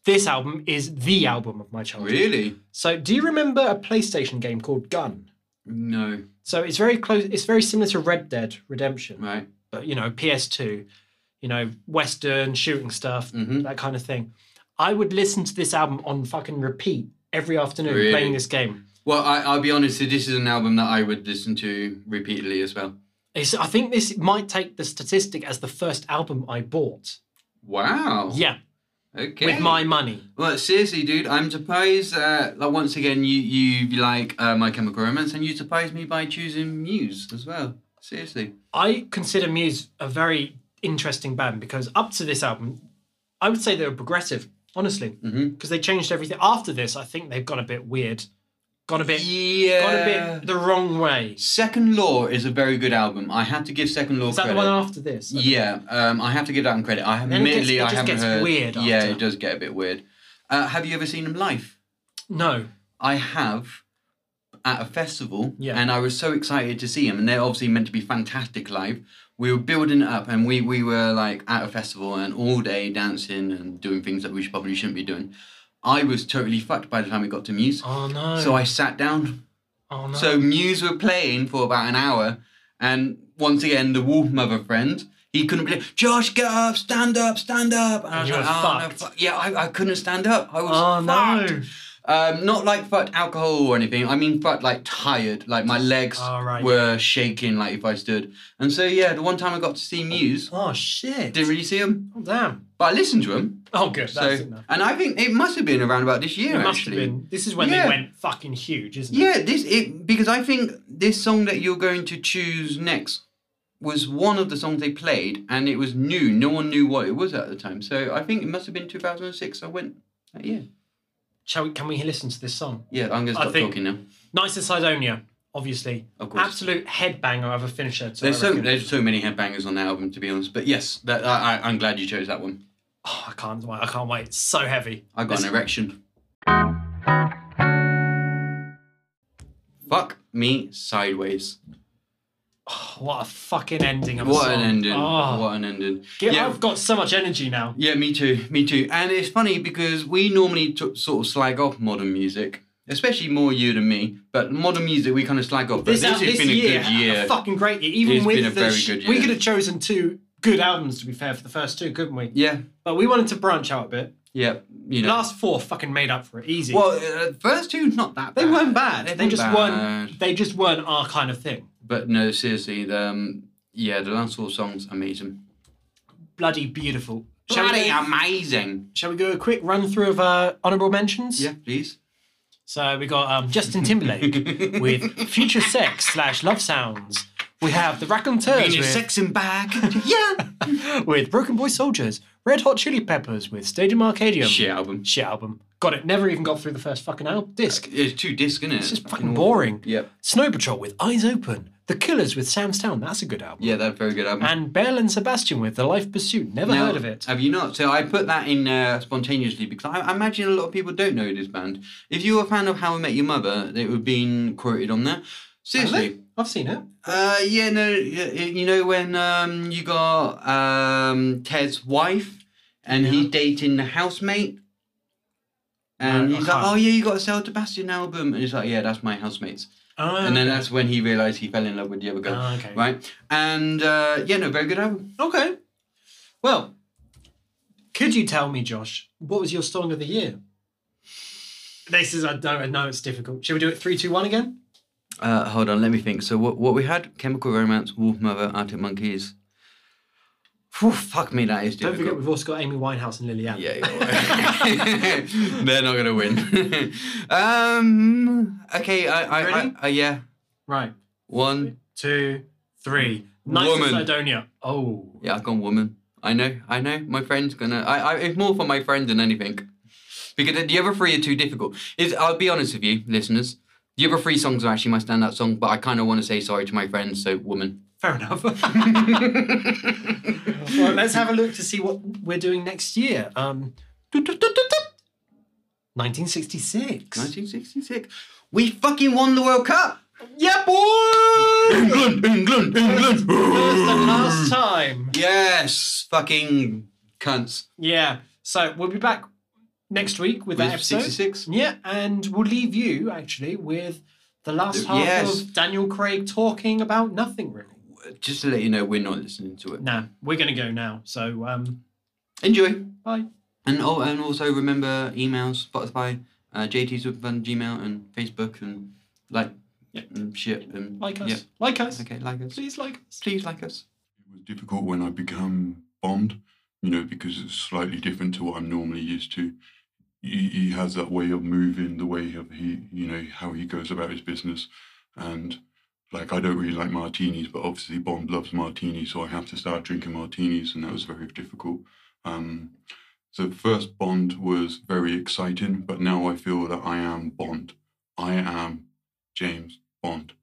B: this album is the album of my childhood.
A: Really?
B: So, do you remember a PlayStation game called Gun?
A: No.
B: So it's very close. It's very similar to Red Dead Redemption,
A: Right.
B: but you know PS2, you know Western shooting stuff,
A: Mhm.
B: that kind of thing. I would listen to this album on fucking repeat every afternoon,
A: Really?
B: playing this game.
A: Well, I, I'll be honest. This is an album that I would listen to repeatedly as well.
B: It's, I think this might take the statistic as the first album I bought.
A: Wow.
B: Yeah,
A: Okay.
B: with my money.
A: Well, seriously, dude, I'm surprised. Uh, like once again, you you like uh, My Chemical Romance, and you surprised me by choosing Muse as well. Seriously.
B: I consider Muse a very interesting band because up to this album, I would say they were progressive, honestly, because
A: Mhm.
B: they changed everything. After this, I think they've gone a bit weird, gone a bit,
A: Yeah.
B: gone a bit the wrong way. Is
A: Second Law is a very good album. I had to give Second Law
B: that
A: credit.
B: the one after this?
A: Yeah, um, I have to give that one credit. I
B: it gets-
A: admittedly
B: it
A: I
B: just
A: haven't
B: gets
A: heard.
B: weird
A: Yeah,
B: after.
A: it does get a bit weird. Uh, have you ever seen them live?
B: No.
A: I have at a festival,
B: Yeah.
A: and I was so excited to see him. And they're obviously meant to be fantastic live. We were building it up, and we we were like at a festival and all day dancing and doing things that we should, probably shouldn't be doing. I was totally fucked by the time it got to Muse,
B: Oh no.
A: so I sat down.
B: Oh no.
A: So Muse were playing for about an hour, and once again the Wolf Mother friend. He couldn't believe Josh, get up, stand up, stand up. And I was
B: You were
A: like, "Oh, no,
B: fucked.
A: fuck." Yeah, I, I couldn't stand up. I was
B: oh
A: fucked.
B: no.
A: Um, not like fucked alcohol or anything. I mean fucked like tired. Like my legs
B: All Oh, right.
A: were shaking like if I stood. And so yeah, the one time I got to see Muse,
B: Oh shit!
A: didn't really see them,
B: oh damn!
A: but I listened to them.
B: Oh good.
A: So
B: That's enough.
A: and I think it must have been around about this year
B: It must
A: actually.
B: have been. This is when
A: Yeah.
B: they went fucking huge, isn't it?
A: Yeah, this it because I think this song that you're going to choose next was one of the songs they played, and it was new. No one knew what it was at the time, so I think it must have been 2006. I went that year.
B: Shall we? Can we listen to this song?
A: Yeah, I'm gonna
B: I
A: stop
B: think-
A: talking now.
B: Nice in Sidonia, obviously.
A: Of course.
B: Absolute headbanger of a finisher. So
A: there's
B: I
A: so
B: reckon-
A: there's so many headbangers on that album, to be honest. But yes, that I, I, I'm glad you chose that one.
B: Oh, I can't wait! I can't wait! It's so heavy.
A: I got an
B: Let's-
A: erection. Fuck me sideways.
B: oh, what a fucking ending of a
A: What
B: song.
A: an ending.
B: Oh,
A: What an ending.
B: Get- I've got so much energy now.
A: Yeah, me too, me too. And it's funny because we normally t- sort of slag off modern music, especially more you than me. But modern music, we kind of slag off. But
B: This,
A: this,
B: out-
A: has
B: this
A: been
B: year,
A: a good year.
B: a fucking great year. Even
A: It's
B: with
A: been a
B: the
A: very
B: sh-
A: good
B: we
A: year.
B: could have chosen two good albums to be fair for the first two, couldn't we?
A: yeah,
B: But we wanted to branch out a bit.
A: yeah, you know.
B: Last four fucking made up for it easy.
A: well, uh, first two not that.
B: they
A: bad.
B: weren't bad. They,
A: weren't
B: just
A: bad.
B: weren't. They just weren't our kind of thing.
A: But no, seriously, the, um, yeah, the last four songs amazing.
B: Bloody beautiful. Shall we
A: Bloody
B: go-
A: amazing.
B: Shall we go a quick run through of uh, honourable mentions?
A: Yeah,
B: *laughs*
A: please.
B: So we got um,
A: *laughs*
B: Justin Timberlake with Future Sex slash Love Sounds. We have the Raconteurs
A: Venus
B: with,
A: sexing back. yeah.
B: *laughs* with Broken Boy Soldiers, Red Hot Chili Peppers with Stadium Arcadium.
A: Shit album.
B: Shit album. Got it. Never even got through the first fucking album disc.
A: It's two disc, isn't it?
B: It's just fucking boring.
A: Uh, Yep.
B: Snow Patrol with Eyes Open. The Killers with Sam's Town. That's a good album.
A: Yeah, that's very good album.
B: And Belle and Sebastian with The Life Pursuit. Never
A: Now,
B: heard of it.
A: Have you not? So I put that in uh, spontaneously because I, I imagine a lot of people don't know this band. If you were a fan of How I Met Your Mother, it would have been quoted on there. Seriously.
B: I've seen it.
A: Uh, yeah, no, y- you know when um, you got um, Ted's wife and he's dating the housemate? And
B: No, I
A: he's like,
B: can't.
A: oh yeah, you got to sell a Sebastian album. And he's like, yeah, that's my housemates.
B: Oh,
A: And then that's when he realised he fell in love with the other girl.
B: Oh, okay.
A: Right? And uh, yeah, no, very good album.
B: Okay. Well, could you tell me, Josh, what was your song of the year? This is I don't I know it's difficult. Shall we do it three, two, one again?
A: Uh, hold on, let me think. So what what we had? Chemical Romance, Wolf Mother, Arctic Monkeys. Whew, fuck me, that is
B: Don't forget
A: difficult.
B: we've also got Amy Winehouse and Lily Allen.
A: Yeah,
B: *laughs*
A: yeah. *laughs* they're not gonna win. *laughs* um, okay, I, I,
B: Ready?
A: I, I yeah,
B: Right.
A: one.
B: Two, three. Nice
A: Woman.
B: Sidonia. Oh.
A: Yeah, I've gone woman. I know, I know. My friend's gonna. I, I it's more for my friend than anything, because uh, the- the other three are too difficult. Is I'll be honest with you, listeners. The other three songs are actually my standout song, but I kind of want to say sorry to my friends. So
B: *laughs*
A: woman.
B: Fair enough. well, let's have a look to see what we're doing next year. Um 1966.
A: 1966. We fucking won the World Cup. Yeah, boy. England, England,
B: First *laughs* and
A: England.
B: last time.
A: yes, fucking cunts.
B: Yeah. So we'll be back next week with, that
A: With
B: episode.
A: 66.
B: Yeah, and we'll leave you actually with the last half
A: Yes.
B: of Daniel Craig talking about nothing really.
A: Just to let you know, we're not listening to it.
B: Nah, we're gonna go now. So um
A: Enjoy.
B: bye.
A: And oh, and also remember emails, Spotify, uh, JT's with Fun Gmail and Facebook and like
B: Yeah.
A: and shit and
B: Like us.
A: Yeah.
B: Like us.
A: Okay, like us.
B: Please like us.
A: Please like us.
D: It was difficult when I become Bond, you know, because it's slightly different to what I'm normally used to. He, he has that way of moving, the way of he, you know, how he goes about his business, and like I don't really like martinis, but obviously Bond loves martinis, so I have to start drinking martinis, and that was very difficult. Um, so first Bond was very exciting, but now I feel that I am Bond. I am James Bond,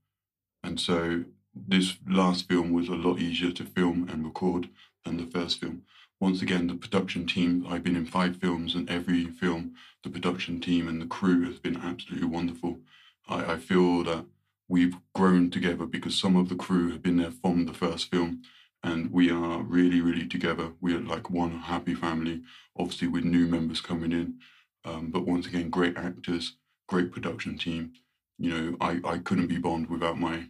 D: and so this last film was a lot easier to film and record than the first film. Once again, the production team, I've been in five films, and every film, the production team and the crew has been absolutely wonderful. I, I feel that we've grown together because some of the crew have been there from the first film, and we are really, really together. We are like one happy family, obviously, with new members coming in. Um, but once again, great actors, great production team. You know, I, I couldn't be Bond without my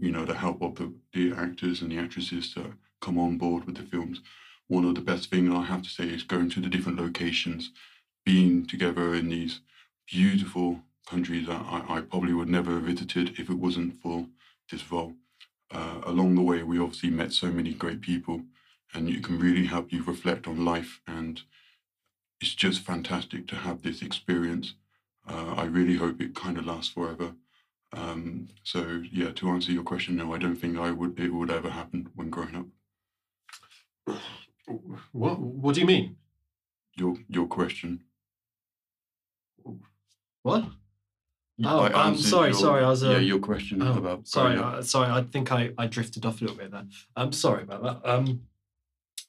D: you know, the help of the, the actors and the actresses that come on board with the films. One of the best things I have to say is going to the different locations, being together in these beautiful country that I, I probably would never have visited if it wasn't for this role. Uh, along the way, we obviously met so many great people, and it can really help you reflect on life. And it's just fantastic to have this experience. Uh, I really hope it kind of lasts forever. Um, so yeah, to answer your question, no, I don't think I would. It would ever happen when growing up.
B: What? What do you mean?
D: Your your question.
B: What? Oh, I'm
D: answered
B: sorry,
D: your-
B: sorry, I was,
D: yeah,
B: um,
D: your question
B: Oh,
D: about
B: sorry,
D: growing up.
B: I, sorry. I think I, I drifted off a little bit there. I'm sorry about that. Um,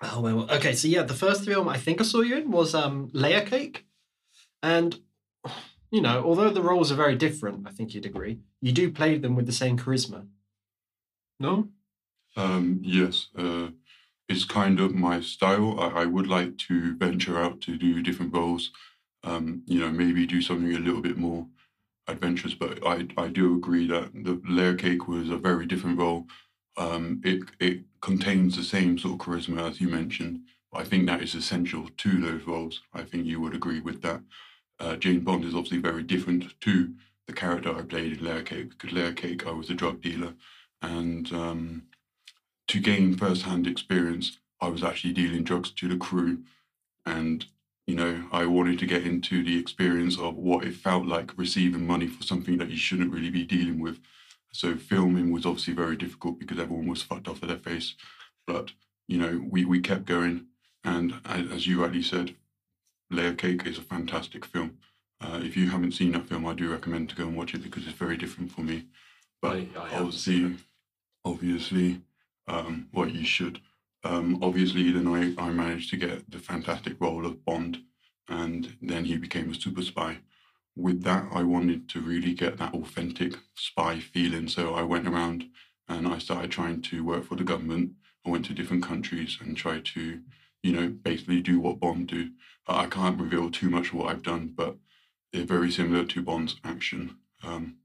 B: oh well. Okay, so yeah, the first film I think I saw you in was um, Layer Cake, and you know, although the roles are very different, I think you'd agree, you do play them with the same charisma. No.
D: Um, yes, uh, it's kind of my style. I, I would like to venture out to do different roles. Um, you know, maybe do something a little bit more adventurous. But I, I do agree that the layer cake was a very different role. Um, it it contains the same sort of charisma as you mentioned. I think that is essential to those roles. I think you would agree with that. Uh, Jane Bond is obviously very different to the character I played in Layer Cake. Because Layer Cake, I was a drug dealer, and um, to gain first-hand experience, I was actually dealing drugs to the crew, and you know I wanted to get into the experience of what it felt like receiving money for something that you shouldn't really be dealing with. So filming was obviously very difficult because everyone was fucked off of their face, but you know we we kept going, and a- as you rightly said, Layer Cake is a fantastic film. Uh, if you haven't seen that film, I do recommend to go and watch it because it's very different for me. But
B: I- I haven't seen
D: obviously, obviously, um, well, you should. Um, obviously, then I, I managed to get the fantastic role of Bond, and then he became a super spy. With that, I wanted to really get that authentic spy feeling, so I went around and I started trying to work for the government. I went to different countries and tried to, you know, basically do what Bond do. I I can't reveal too much of what I've done, but they're very similar to Bond's action. Um,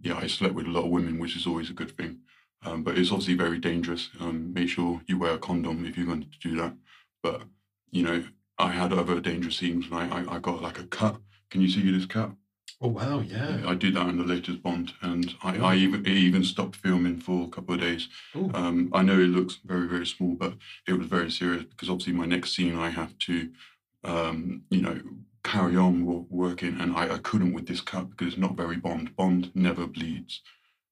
D: yeah, I slept with a lot of women, which is always a good thing. Um, but it's obviously very dangerous. Um, make sure you wear a condom if you're going to do that. But, you know, I had other dangerous scenes and I, I, I got like a cut. Can you see this cut?
B: Oh wow! Yeah.
D: I did that in the latest Bond and I, I even, it even stopped filming for a couple of days.
B: Ooh. Uh,
D: Um, I know it looks very, very small, but it was very serious because obviously my next scene I have to, um, you know, carry on wo- working, and I, I couldn't with this cut because it's not very Bond. Bond never bleeds,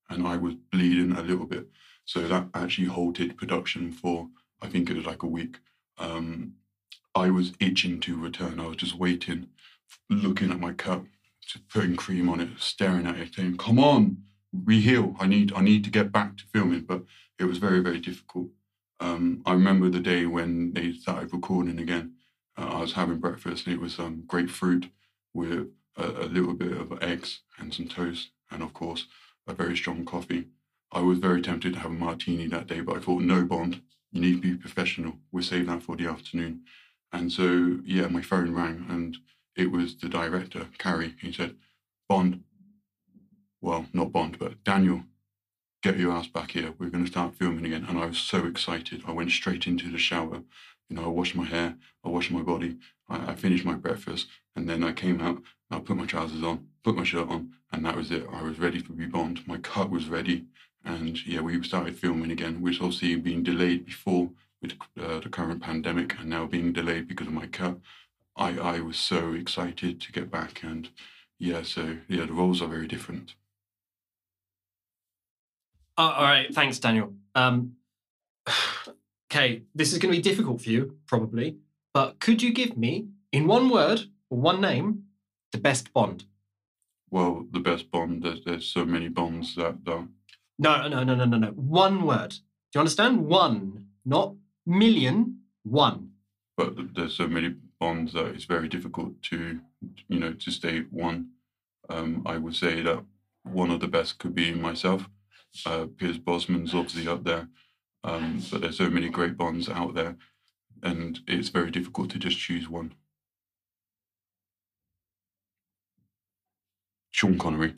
D: and I was bleeding a little bit, so that actually halted production for I think it was like a week. Um, I was itching to return. I was just waiting, looking at my cut, just putting cream on it, staring at it, saying, "Come on." Reheal. I need. I need to get back to filming, but it was very very difficult um, i remember the day when they started recording again uh, i was having breakfast and it was um, grapefruit with a, a little bit of eggs and some toast and of course a very strong coffee i was very tempted to have a martini that day but i thought no bond you need to be professional we'll save that for the afternoon and so yeah my phone rang and it was the director carrie he said bond well not bond but daniel get your ass back here. We're going to start filming again. And I was so excited. I went straight into the shower. You know, I washed my hair, I washed my body, I, I finished my breakfast, and then I came out. I put my trousers on, put my shirt on, and that was it. I was ready for Rebond. My cut was ready, and yeah, we started filming again, which obviously being delayed before with uh, the current pandemic, and now being delayed because of my cut. I, I was so excited to get back, and yeah, so yeah, the roles are very different.
B: Oh, all right. Thanks, Daniel. Um, okay, this is going to be difficult for you, probably, but could you give me, in one word or one name, the best Bond?
D: Well, the best Bond. There's, there's so many Bonds that, that
B: No, no, no, no, no, no. One word. Do you understand? One, not million. One.
D: but th- there's so many Bonds that it's very difficult to, you know, to state one. Um, I would say that one of the best could be myself. Uh, Piers Bosman's obviously up there, um, but there's so many great Bonds out there, and it's very difficult to just choose one. Sean Connery.